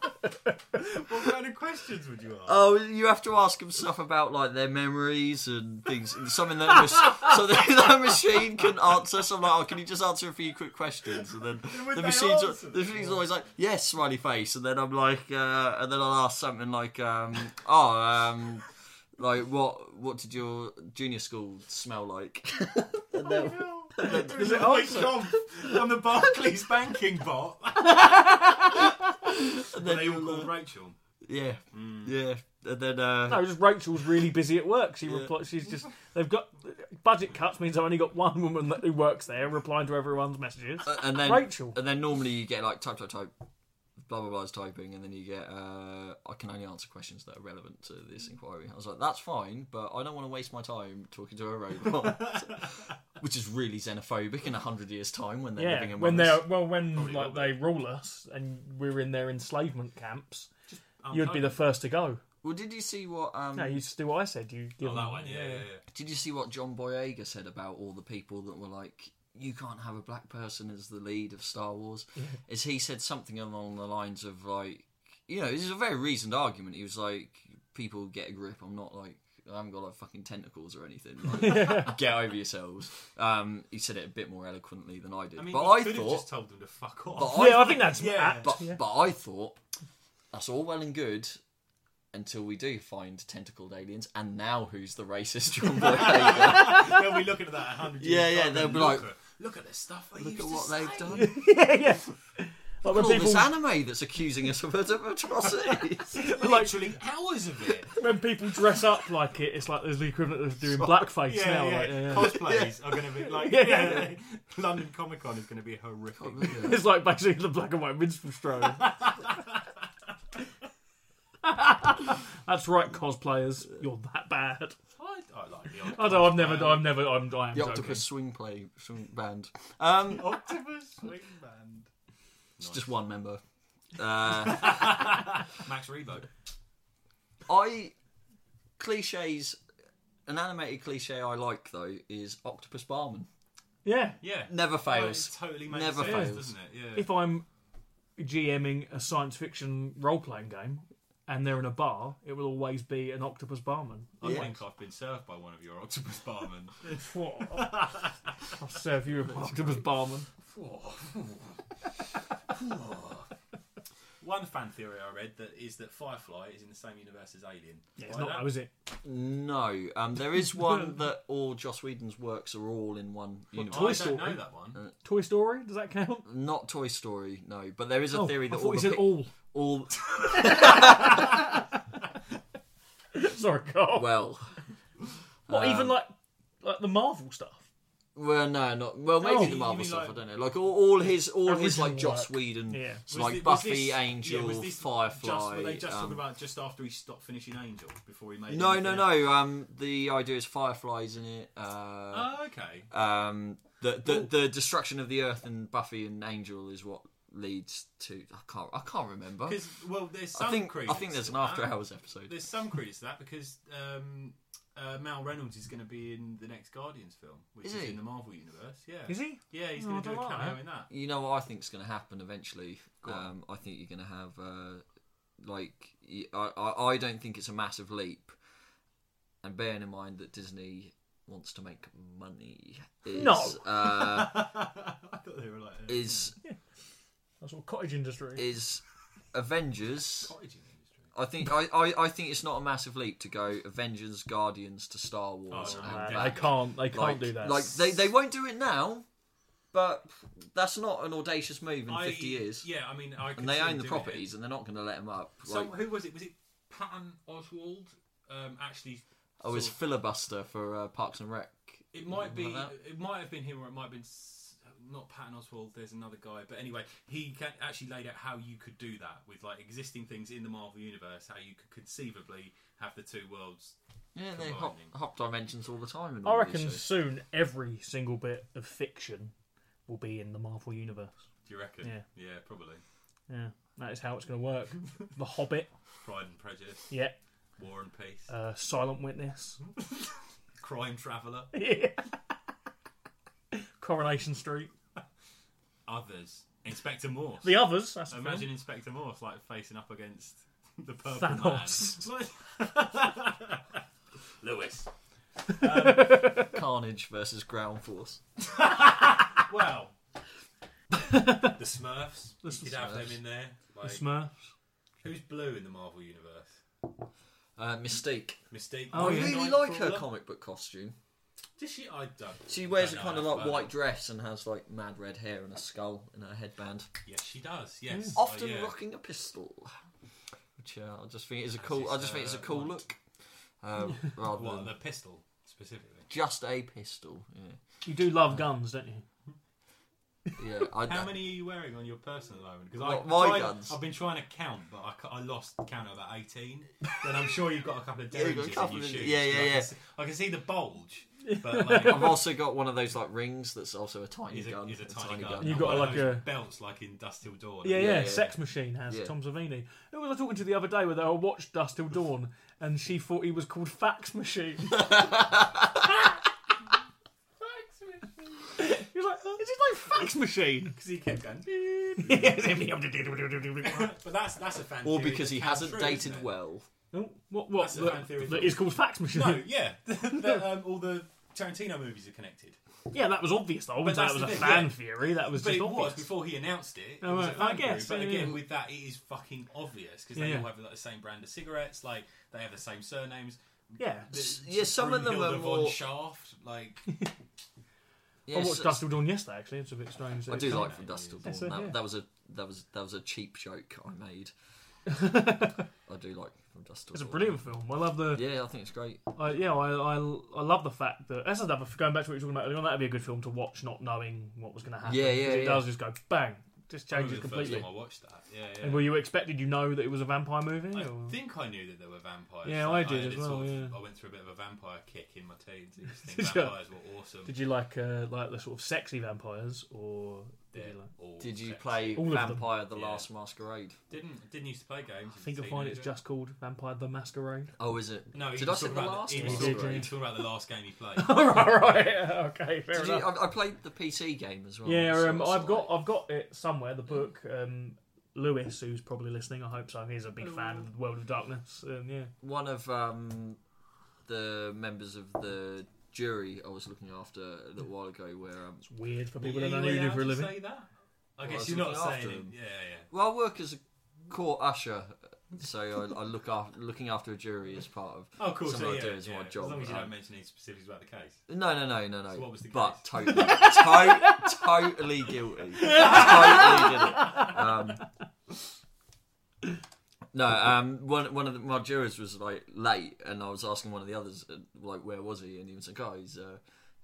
what kind of questions would you ask?
Oh, you have to ask them stuff about like their memories and things, and something that mas- so that, that machine can answer. So I'm like, oh, can you just answer a few quick questions? And then
Would
the
they
machine's
answer
the
them?
machine's always like, yes, smiley face. And then I'm like, uh, and then I'll ask something like, um, oh, um, like what what did your junior school smell like? [LAUGHS] and then,
Does it answer? on the Barclays banking bot.
and
Were
then
they all
you'll,
called
uh,
Rachel?
yeah, yeah. And then uh,
No, just Rachel's really busy at work. She repli- She's just they've got budget cuts means I've only got one woman that, who works there replying to everyone's messages.
and then
Rachel.
and then normally you get like type type type blah blah blah is typing, and then you get uh, I can only answer questions that are relevant to this inquiry. I was like, that's fine, but I don't want to waste my time talking to
[LAUGHS]
a robot, which is really xenophobic in a hundred years' time when they're
yeah,
living in
when
Wales.
they're well, when
will
like
be.
they rule us and we're in their enslavement camps,
Um,
you'd be the first to go.
Well, did you see what? Um,
No, you just do what I said. You give
Oh,
them-
that one, yeah, yeah, yeah.
Did you see what John Boyega said about all the people that were like, you can't have a black person as the lead of Star Wars? Is he said something along the lines of like, you know, this is a very reasoned argument. He was like, people get a grip. I'm not like. I haven't got like fucking tentacles or anything. Like,
[LAUGHS]
get over yourselves. Um, he said it a bit more eloquently than I did,
I mean,
but
you
I
could have
thought,
just told them to fuck
but
off.
I,
Yeah, I think that's
Yeah.
apt, [LAUGHS]
but
yeah.
but I thought that's all well and good until we do find tentacled aliens, and now who's the racist John Boyega?
[LAUGHS] They'll be looking at that a hundred years.
Yeah, yeah,
time,
they'll
and
be
look
like,
at, look at the stuff. I
Look
used
at
to
what
say.
they've
[LAUGHS]
done.
yeah, yeah. Like when
Look at all
people,
this anime that's accusing us of [LAUGHS] of
[LAUGHS]
[LAUGHS]
atrocities.
Literally hours of it.
when people dress up like it, it's like there's the equivalent of doing blackface
[LAUGHS] Yeah,
now.
yeah.
Like, yeah, yeah.
Cosplays are going to be like
Yeah.
yeah, London Comic Con is going to be
Oh,
horrific.
It's like basically the black and white minstrel show. That's right, cosplayers. You're that bad.
I, I like the odd
I know. I've never.
cosplay.
I've never. I'm. I am
the
joking.
octopus swing play swing band. Um,
Oh,
Octopus Swing Band.
it's just one member. Uh,
Max Rebo.
I cliches. An animated cliche I like though is Octopus Barman.
Yeah.
Yeah.
Never
Well,
fails.
it totally makes
Never
sense,
fails.
doesn't it? Yeah.
If I'm GMing a science fiction role playing game and they're in a bar, it will always be an octopus barman.
I
Yeah.
think I've been served by one of your octopus barmen.
[LAUGHS] I'll serve you an octopus barman. [LAUGHS]
one fan theory I read that is that Firefly is in the same universe as Alien.
Yeah, it's not. That was it.
No, um,
[LAUGHS]
there is one that all Joss Whedon's works are all in one universe.
Oh, I don't
Story.
know that one.
Uh,
Toy Story. Does that count?
Not Toy Story, no. But there is a
Oh,
theory
I
that
thought
all,
you
the
said
pi-
all. [LAUGHS]
all
Sorry, Carl.
well.
what
um,
even like like the Marvel stuff?
Well, no, not well. Maybe
Oh,
the
you
Marvel
mean
stuff.
like-
I don't know. Like all, all his, all his
Original
like Joss
work.
Whedon,
Yeah.
so
Was
like
thi- was
Buffy,
this-
Angel,
yeah, was this
Firefly.
Just, were they just
um,
talking about just after he stopped finishing Angel before he made.
no, no,
anything else?
no. Um, the idea is Fireflies in it. Uh,
Oh, okay.
um, the the, the destruction of the Earth and Buffy and Angel is what leads to. I can't. I can't remember.
Because well, there's some
I think. I
credence
think there's
to
an After
that.
Hours episode.
There's some credence to that because um, uh, Mal Reynolds is going to be in the next Guardians film, which
Is
is,
he?
in the Marvel universe. Yeah,
Is he?
Yeah, he's
Oh, I
going to do
don't
a
like
cameo
that.
in that. [LAUGHS]
You know what I think's going to happen eventually.
Go on.
Um, I think you're going to have uh, like y- I, I- I don't think it's a massive leap. And bearing in mind that Disney wants to make money, is,
No.
uh,
I thought they were like uh, [LAUGHS]
is
That's all cottage industry.
is Avengers.
cottage industry.
I think I, I, I think it's not a massive leap to go Avengers, Guardians to Star Wars.
Oh,
and
no,
Uh,
back.
they can't. They can't
like,
do that.
Like they, they won't do it now, but that's not an audacious move in
I-
fifty years.
Yeah, I mean, I could
and they
see
own
them
the
doing it.
properties, and they're not going to let them up.
So
like,
who was it? Was it Patton Oswald? Um, actually,
I was
sort of-
oh, filibuster for uh, Parks and Rec.
it might be.
Mm, Remember that?
It might have been him, or it might have been s- not Patton Oswald. There's another guy, but anyway, he ca- actually laid out how you could do that with like existing things in the Marvel universe. How you could conceivably have the two worlds.
Yeah, they hop,
Combining.
hop dimensions all the time. In
I
all
reckon
These shows.
soon every single bit of fiction will be in the Marvel universe.
Do you reckon?
Yeah.
yeah, probably.
Yeah, that is how it's going to
[LAUGHS]
work. the Hobbit.
Pride and Prejudice,
Yeah.
War and Peace,
Uh, Silent Witness.
Hmm.
Crime Traveller,
[LAUGHS] Yeah. Coronation Street.
others, Inspector Morse.
The others. That's the
Imagine
film.
Inspector Morse like facing up against [LAUGHS] the purple
Thanos.
man. [LAUGHS] Lewis.
Carnage versus Ground Force.
[LAUGHS]
Well, the Smurfs. You
The
could have them
Smurfs.
in there.
The
Like,
Smurfs.
who's blue in the Marvel universe?
Uh, Mystique.
Mystique.
Oh,
I
yeah.
really like her comic book costume.
Does she? I don't.
She wears a
don't
kind of
know,
like
but-
white dress and has like mad red hair and a skull in her headband.
Yes, she does. Yes. Oh,
Often
yeah.
rocking a pistol, which uh, I just think is a
As
cool.
is,
I just think it's a
uh,
cool
what?
look.
[LAUGHS]
Um, rather
What
than
the pistol specifically?
just a pistol. Yeah.
You do love guns, don't you?
Yeah, I,
How many are you wearing on your person at the moment? Because
What,
I
my
tried-
guns?
I've been trying to count, but I, ca- I lost count of about eighteen. Then I'm sure you've got a couple of
[LAUGHS] Yeah, you've
derringers
got a
in
couple
your
of-
shoes.
yeah, yeah,
'cause I can
yeah.
see- I can see the
[LAUGHS]
bulge, but like,
I've also got one of those like rings that's also a tiny
is a,
gun.
is a
It's
tiny, gun.
You've got
One of
like
those
a-
belts like in Dust Till Dawn.
Yeah, yeah,
Yeah, yeah.
Sex Machine has
Yeah.
Tom Savini. Who was I talking to the other day with her watched Dust Till Dawn and she thought he was called Fax
[LAUGHS]
Machine. Fax Machine. He was like, is his name Fax
[LAUGHS]
Machine?
because he kept going. "Beep." but that's that's a fan.
Or
theory
because
that
he
counts
hasn't
through, isn't
dated
it?
well.
Oh, what? What?
That's a fan theory.
That, that is called Fax Machine. [LAUGHS]
No, yeah, [LAUGHS] that, um, all the Tarantino movies are connected.
Yeah, that was obvious though. I wouldn't say
that's
that was a
the thing,
fan
yeah.
theory. That was
But
just
it was
obvious.
before he announced it.
Oh,
it was
right.
a fan
I guess,
group, But
yeah,
again,
yeah.
with that, it is fucking obvious because
Yeah,
they
yeah.
all have like, the same brand of cigarettes. Like they have the same surnames.
yeah.
The-
yeah, some of them
Brunhilde
are
von
more-
Shaft. Like
[LAUGHS] I
Yes,
watched Dust Till Dawn yesterday. Actually, it's a bit strange. that
I
it's
do
come-
like from Dust Till Dawn.
so, yeah.
that, that was a that was that was a cheap joke I
[LAUGHS]
made. I do like from Dust Till
It's a
Dawn.
brilliant film. I love the.
Yeah, I think it's great.
I yeah, I, I, I love the fact that that's another going back to what you were talking about earlier on. That'd be a good film to watch, not knowing what was going to happen.
Yeah, yeah,
'Cause It
yeah.
does just go bang, just
I remember
changes
the
completely.
First time I watched that. Yeah, yeah.
And were you expected? You know that it was a vampire movie?
I
or-
think I knew that there were vampires.
Yeah,
Like,
I did
had
as
this
well,
Sort of,
yeah.
I went through a bit of a vampire kick in my teens.
[LAUGHS]
I used to
Did
think
you?
vampires were awesome.
Did you like uh, like the sort of sexy vampires or? Did
They're
you like...
all
Did you
sexy.
play
All of them.
Vampire: The
Yeah.
Last Masquerade?
Didn't didn't used to play games.
I think
as a
you'll find it's
teenager.
just called Vampire the
[LAUGHS]
Masquerade.
Oh, is it?
No, he
did I
was
say
talking
the
about
last
he was
one?
talking-
Did
he
you?
was talking about the last game he played.
[LAUGHS]
right, [LAUGHS] right, okay, fair
Did you,
enough.
I, I played the PC game as well.
Yeah,
so
um,
it's
I've got
like-
I've got it somewhere. The book. Um, Lewis, who's probably listening, I hope so. He's a big fan of the World of Darkness. Um, yeah.
one of um, the members of the jury I was looking after a little while ago. Where um,
It's weird for people
Are
that don't know
you
you do
allowed
for a
to
living.
Say that? I
Well,
guess
it's
you're
looking
not saying.
after
it.
them.
Yeah, yeah.
well, I work as a court usher, so I, I look after looking after a jury as part of.
Oh, cool.
Something
so,
I
yeah,
do is my
yeah.
job,
As long as you
um,
don't mention any specifics about the case.
No, no, no, no, no.
So what was the
but
case?
totally, to-
[LAUGHS]
totally guilty. totally guilty. Um, no, um, one one of the, my jurors was like late, and I was asking one of the others uh, like, "Where was he?" And he was like, "Oh, he's." Uh,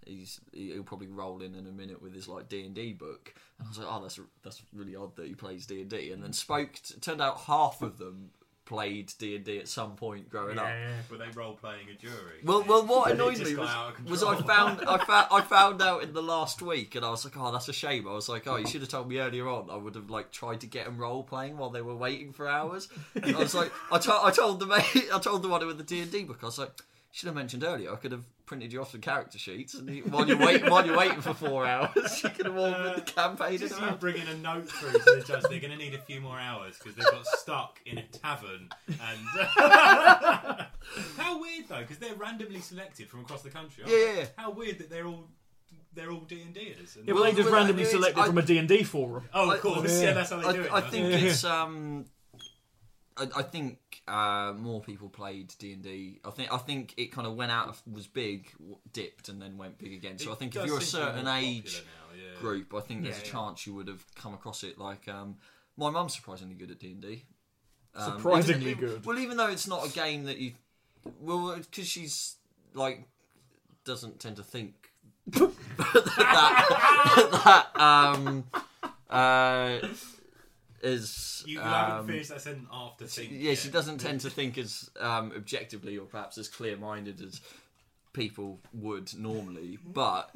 He's he'll probably roll in in a minute with his like D and D book, and I was like, oh, that's that's really odd that he plays D and D, and then spoke. T- turned out half of them played D and D at some point growing up,
yeah.
Were they role playing a jury?
well, well, what
It
annoyed
just
me
got out
was,
of
was I
control.
found I found I found out in the last week, and I was like, "Oh, that's a shame." I was like, "Oh, you should have told me earlier on. I would have like tried to get them role playing while they were waiting for hours." And I was like, "I, to- I told the mate, [LAUGHS] I told the one with the D and D book. I was like, you should have mentioned earlier. I could have printed you off some character sheets, and you, while you wait, while you're waiting for four hours, [LAUGHS] you could have all been the campaign
Just
in
you
[LAUGHS] hand.
bringing a note through to the judge. They're going to need a few more hours because they've got stuck in a tavern. And [LAUGHS] how weird though, because they're randomly selected from across the country. Aren't
Yeah.
They? How weird that they're all they're all D and Ders.
Yeah, but
Well,
they just
well,
randomly
it's-
selected
I-
from a D&D forum.
Oh,
I-
of course. Yeah.
yeah.
that's how they
I,
do it.
I
now.
think
Yeah.
[LAUGHS]
it's um, I, I think uh, more people played D and D. I think I think it kind of went out of, was big, w- dipped, and then went big again. So I
It
think if
does
you're a
seem to be
certain
more
age
popular now, yeah.
group, I think there's
Yeah,
a
yeah.
chance you would have come across it. Like um, my mum's surprisingly good at D and D.
Surprisingly good.
Well, even though it's not a game that you, well, because she's like doesn't tend to think [LAUGHS] that, that um uh is
You, you
um,
haven't finished that sentence after think.
yeah, she doesn't tend to think as um, objectively or perhaps as clear-minded as people would normally. But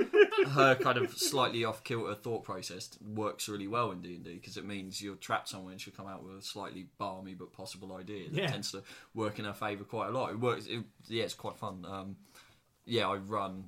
her kind of slightly off-kilter thought process works really well in D and D because it means you're trapped somewhere and she'll come out with a slightly balmy but possible idea that
Yeah.
tends to work in her favour quite a lot. It works. It, yeah, it's quite fun. Um, yeah, I run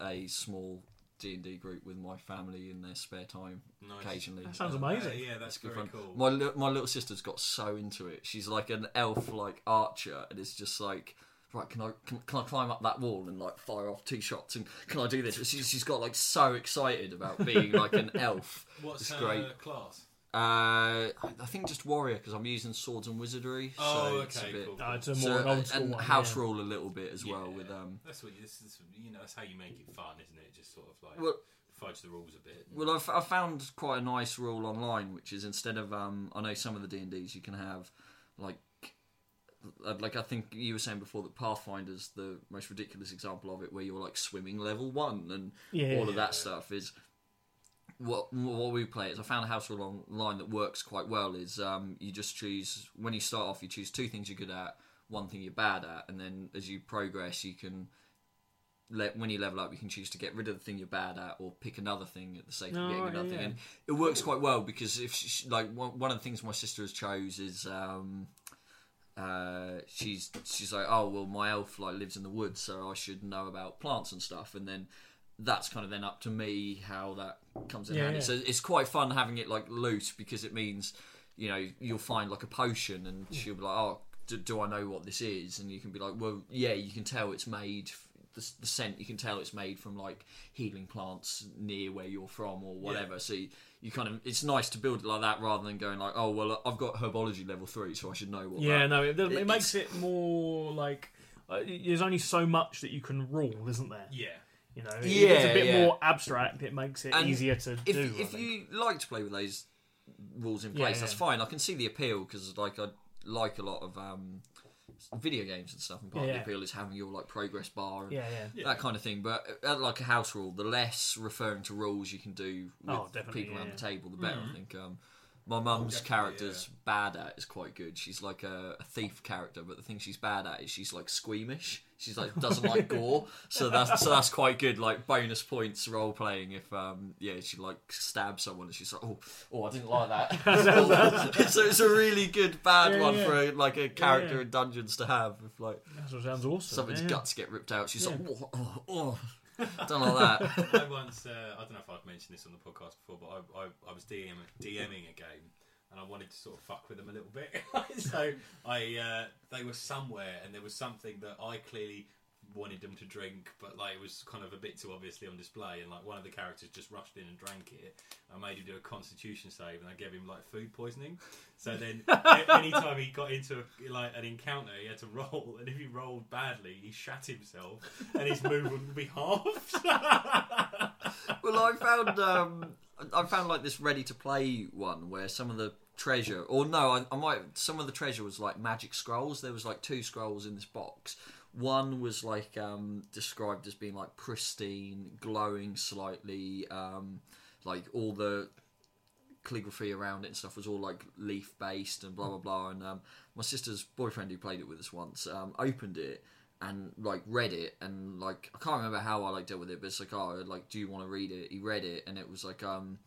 a small D and D group with my family in their spare time
Nice.
occasionally.
That sounds
Um,
Uh,
amazing.
yeah, that's
it's good
very
fun.
cool.
My li- my little sister's got so into it. She's like an elf, like archer, and it's just like. Right, can I can, can I climb up that wall and like fire off two shots and can I do this? She, she's got like so excited about being
[LAUGHS]
like an elf.
What's
it's
her
great.
class?
Uh, I I think just warrior because I'm using swords and wizardry. so
Oh,
it's a
okay,
bit,
cool.
Uh, it's a
so-
more an old school
and
one,
house
yeah.
rule a little bit as well with
Yeah.
um.
That's what you- this is. You know, that's how you make it fun, isn't it? Just sort of like
Well-
fudge the rules a bit.
Well, I've, I found quite a nice rule online, which is instead of um, I know some of the D and D's you can have, like, uh, like I think you were saying before that Pathfinder's the most ridiculous example of it, where you're like swimming level one and
Yeah.
all of that stuff is. what what we play is I found a house rule online that works quite well. Is um, you just choose when you start off, you choose two things you're good at, one thing you're bad at, and then as you progress, you can. Le- when you level up, you can choose to get rid of the thing you're bad at, or pick another thing at the sake of
Oh,
getting
right,
another
yeah.
thing. And it works quite well because if she, like one, one of the things my sister has chose is um, uh, she's she's like, oh well, my elf like lives in the woods, so I should know about plants and stuff. And then that's kind of then up to me how that comes in
Yeah,
handy.
yeah.
So it's quite fun having it like loose because it means you know you'll find like a potion, and she'll be like, oh, do, do I know what this is? And you can be like, well, yeah, you can tell it's made. f- The, s- the scent you can tell it's made from like healing plants near where you're from or whatever so you, you kind of it's nice to build it like that rather than going like oh well i've got herbology level three so i should know what
Yeah,
that
no, it, it
It-
makes it more like uh, there's only so much that you can rule, isn't there?
Yeah.
You know, if it's a
Yeah,
bit
yeah.
more abstract. It makes it
And
easier to
if,
do. I
if
think.
you like to play with those rules in
Yeah,
place, that's
yeah.
fine. I can see the appeal because like I like a lot of um, video games and stuff, and part
Yeah.
of the appeal is having your like progress bar and
yeah, yeah.
that kind of thing. But uh, at like a house rule, the less referring to rules you can do with
Oh, definitely,
people around
yeah. Oh,
the table, the better. I think. Um, my mum's
definitely,
character's bad at is quite good. She's like a, a thief character, but the thing she's bad at is she's like squeamish. She's like doesn't
[LAUGHS]
like gore, so that's so that's quite good. Like bonus points role playing if um yeah she like stabs someone and she's like oh oh I didn't like
[LAUGHS]
that. [LAUGHS] so it's a really good bad
Yeah,
one
yeah.
for a, like a character
yeah.
in dungeons to have. If like
That sort of sounds awesome.
somebody's
yeah.
guts get ripped out. She's like, oh, oh, oh. don't
[LAUGHS]
like that.
I once, uh, I don't know if I've mentioned this on the podcast before, but I, I, I was DM, DMing a game and I wanted to sort of fuck with them a little bit. [LAUGHS] so I, uh, they were somewhere and there was something that I clearly wanted them to drink, but like it was kind of a bit too obviously on display. And like one of the characters just rushed in and drank it. I made him do a constitution save and I gave him like food poisoning. So then a- anytime he got into a, like an encounter, he had to [LAUGHS] roll. And if he rolled badly, he shat himself and his move would be halved.
Well, I found um, I found like this ready to play one where some of the treasure, or no, I, I might some of the treasure was like magic scrolls. There was like two scrolls in this box. One was like um, described as being like pristine, glowing slightly, um, like all the calligraphy around it and stuff was all like leaf based and blah blah blah. And um, my sister's boyfriend who played it with us once um, opened it and like read it and like I can't remember how I like dealt with it, but it's like oh like do you want to read it? He read it and it was like um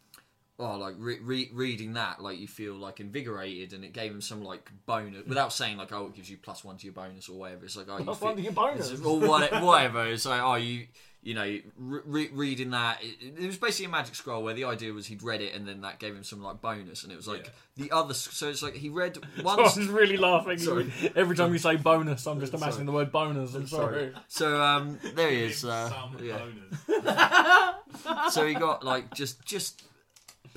oh like re- re- reading that like you feel like invigorated and it gave him some like bonus without saying like oh it gives you plus one to your bonus or whatever. It's like oh you
That's
feel,
one of your bonus.
it's- or what- whatever. It's like, oh, you, you know, re- reading that. It, it was basically a magic scroll where the idea was he'd read it and then that gave him some like bonus, and it was like the other. s- So it's like he read
[LAUGHS] I
one.
was really laughing
Sorry.
every time you say bonus. I'm just imagining
Sorry.
the word bonus. I'm sorry.
So um, there he is.
Give
Uh,
some
[LAUGHS] yeah.
bonus.
So he got like just just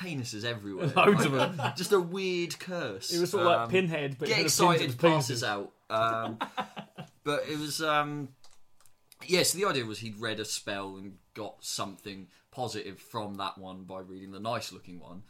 penises everywhere,
Loads of
like, Just a weird curse.
It was sort of
Um,
like pinhead, but
get
instead of pins, it
excited,
was
passes out. Um, [LAUGHS] but it was, um, yeah. So the idea was he'd read a spell and got something positive from that one by reading the nice-looking one.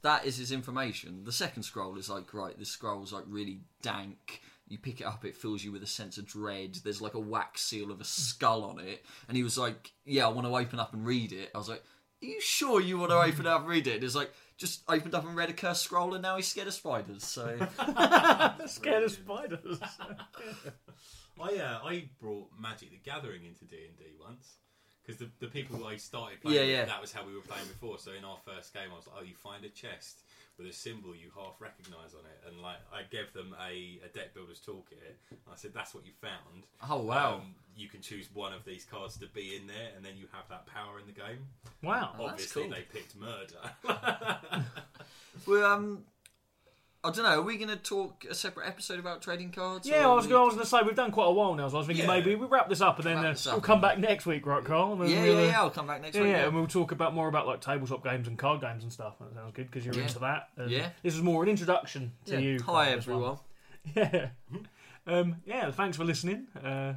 That is his information. The second scroll is like, right, this scroll's like really dank. You pick it up, it fills you with a sense of dread. There's like a wax seal of a skull on it, and he was like, "Yeah, I want to open up and read it." I was like, "Are you sure you want to open up and read it?" And it's like, just opened up and read a cursed scroll, and now he's scared of spiders. So
[LAUGHS] Scared of spiders.
I uh, I brought Magic the Gathering into D and D once because the, the people I started
Yeah,
playing
yeah.
with, that was how we were playing before. So in our first game, I was like, oh, you find a chest with a symbol you half recognise on it, and like I gave them a, a deck builder's toolkit. I said that's what you found.
Oh wow!
Um, you can choose one of these cards to be in there, and then you have that power in the game.
Wow.
Oh, that's
Obviously,
cool.
they picked murder.
well, um, I don't know. Are we going to talk a separate episode about trading cards?
Yeah,
or
I was,
we-
gonna- I was going to say we've done quite a while now, so I was thinking
Yeah.
maybe we wrap this up and then
Wrap
uh,
this up.
we'll come back next week, right, Carl? And
Yeah,
we'll, uh,
yeah, yeah. I'll come back next
Yeah,
week.
yeah, and we'll talk about more about like tabletop games and card games and stuff. That sounds good because you're
Yeah.
into that. And
Yeah.
This is more an introduction to
Yeah.
you.
Hi
Carl, this one. [LAUGHS]
everyone.
Yeah. Um, yeah. Thanks for listening. Uh,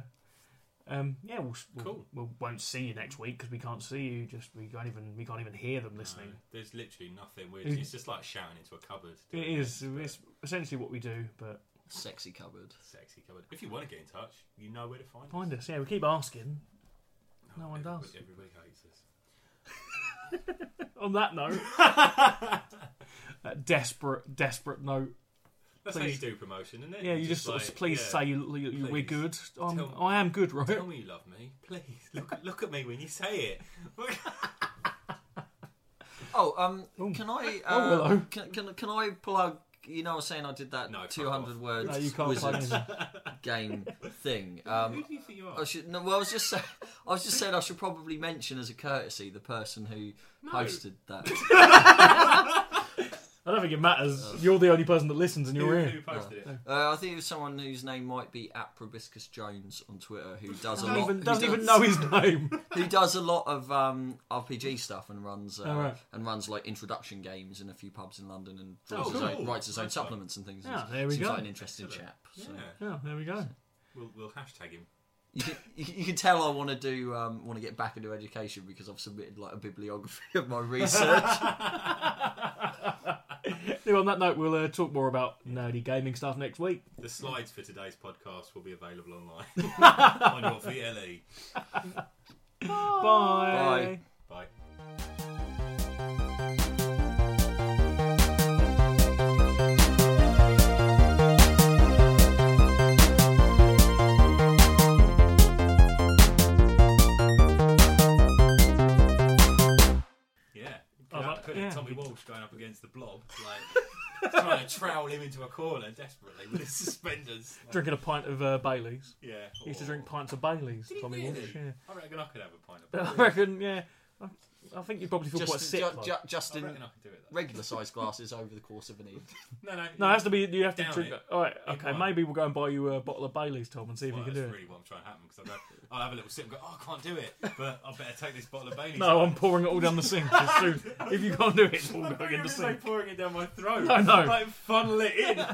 um, yeah. We'll, we'll,
Cool.
we'll won't see you next week because we can't see you. Just we can't even we can't even hear them listening.
[LAUGHS] There's literally nothing weird. It's just like shouting into a cupboard.
It is it's essentially what we do, but
Sexy cupboard.
sexy cupboard. If you want to get in touch, you know where to find us.
find us. Yeah, we keep asking. No one
everybody,
does.
Everybody hates us.
On that note, that desperate, desperate note.
That's
Please.
how you do promotion, isn't it?
Yeah, you just, sort
like,
of please
yeah,
say you, you, you- we're
Please.
good. I'm,
Tell-
I am good, right?
Tell me you love me, please. Look, [LAUGHS] look at me when you say it.
Oh, um, can I? Uh,
Oh, hello.
Can, can can I plug? You know, I was saying I did that
No, fuck
200 words
No, you can't plug
wizards game thing.
Who
Um,
do you think you
I
are?
should. No, well, I was just saying. I was just saying I should probably mention as a courtesy the person who hosted that.
I don't think it matters. You're the only person that listens, and
Who,
[LAUGHS] you're
who
here.
posted it?
Uh, I think it was someone whose name might be at Probiscus Jones on Twitter, who does a
Doesn't
lot.
even,
who
doesn't
does-
even know his name.
who does a lot of um, RPG stuff and runs uh,
Oh, right.
and runs like introduction games in a few pubs in London and
Oh,
writes, his,
cool.
own, writes his own
Nice one.
supplements and things.
Yeah,
It
there we
Seems
go.
like an interesting
Excellent.
chap. So.
Yeah.
yeah, there we go.
We'll, we'll hashtag him.
You, can, you, can- you can tell I want to do um, want to get back into education because I've submitted like a bibliography
[LAUGHS]
of my research.
[LAUGHS] Anyway, on that note, we'll uh, talk more about nerdy gaming stuff next week.
The slides for today's podcast will be available
[LAUGHS]
online [LAUGHS] on your E. VLE.
Bye.
Bye.
Bye. Yeah.
Oh, that-
Put it
yeah.
Tommy Walsh going up against the blob, like [LAUGHS] trying to trowel him into a corner desperately with his [LAUGHS] suspenders. Like,
Drinking a pint of uh, Bailey's.
yeah.
He used to
or-
drink Oh. pints of Bailey's.
Did he
Tommy
really?
Walsh. Yeah.
I reckon I could have a pint
[LAUGHS]
of
I
blob.
reckon. Yeah. I, I think you probably feel quite
Just,
sick.
ju-
like.
ju- just
I
in
reckon I could do it. Though.
regular sized glasses over the course of an evening.
No, no.
no, it has to be. You have to
Down
drink.
it.
All right. Okay.
one.
Maybe we'll go and buy you a bottle of Bailey's, Tom, and see if
Well,
you can
that's
do it.
really what I'm trying to happen because I'll have a little sip and go, oh, I can't do it, but I better take this bottle of Bailey's.
No,
[LAUGHS]
I'm pouring it all down the sink. Just soon. If you can't do it, it's all
I'm
going in the
just
[LAUGHS]
like
sink.
pouring it down my throat.
No, no.
Like funnel it in.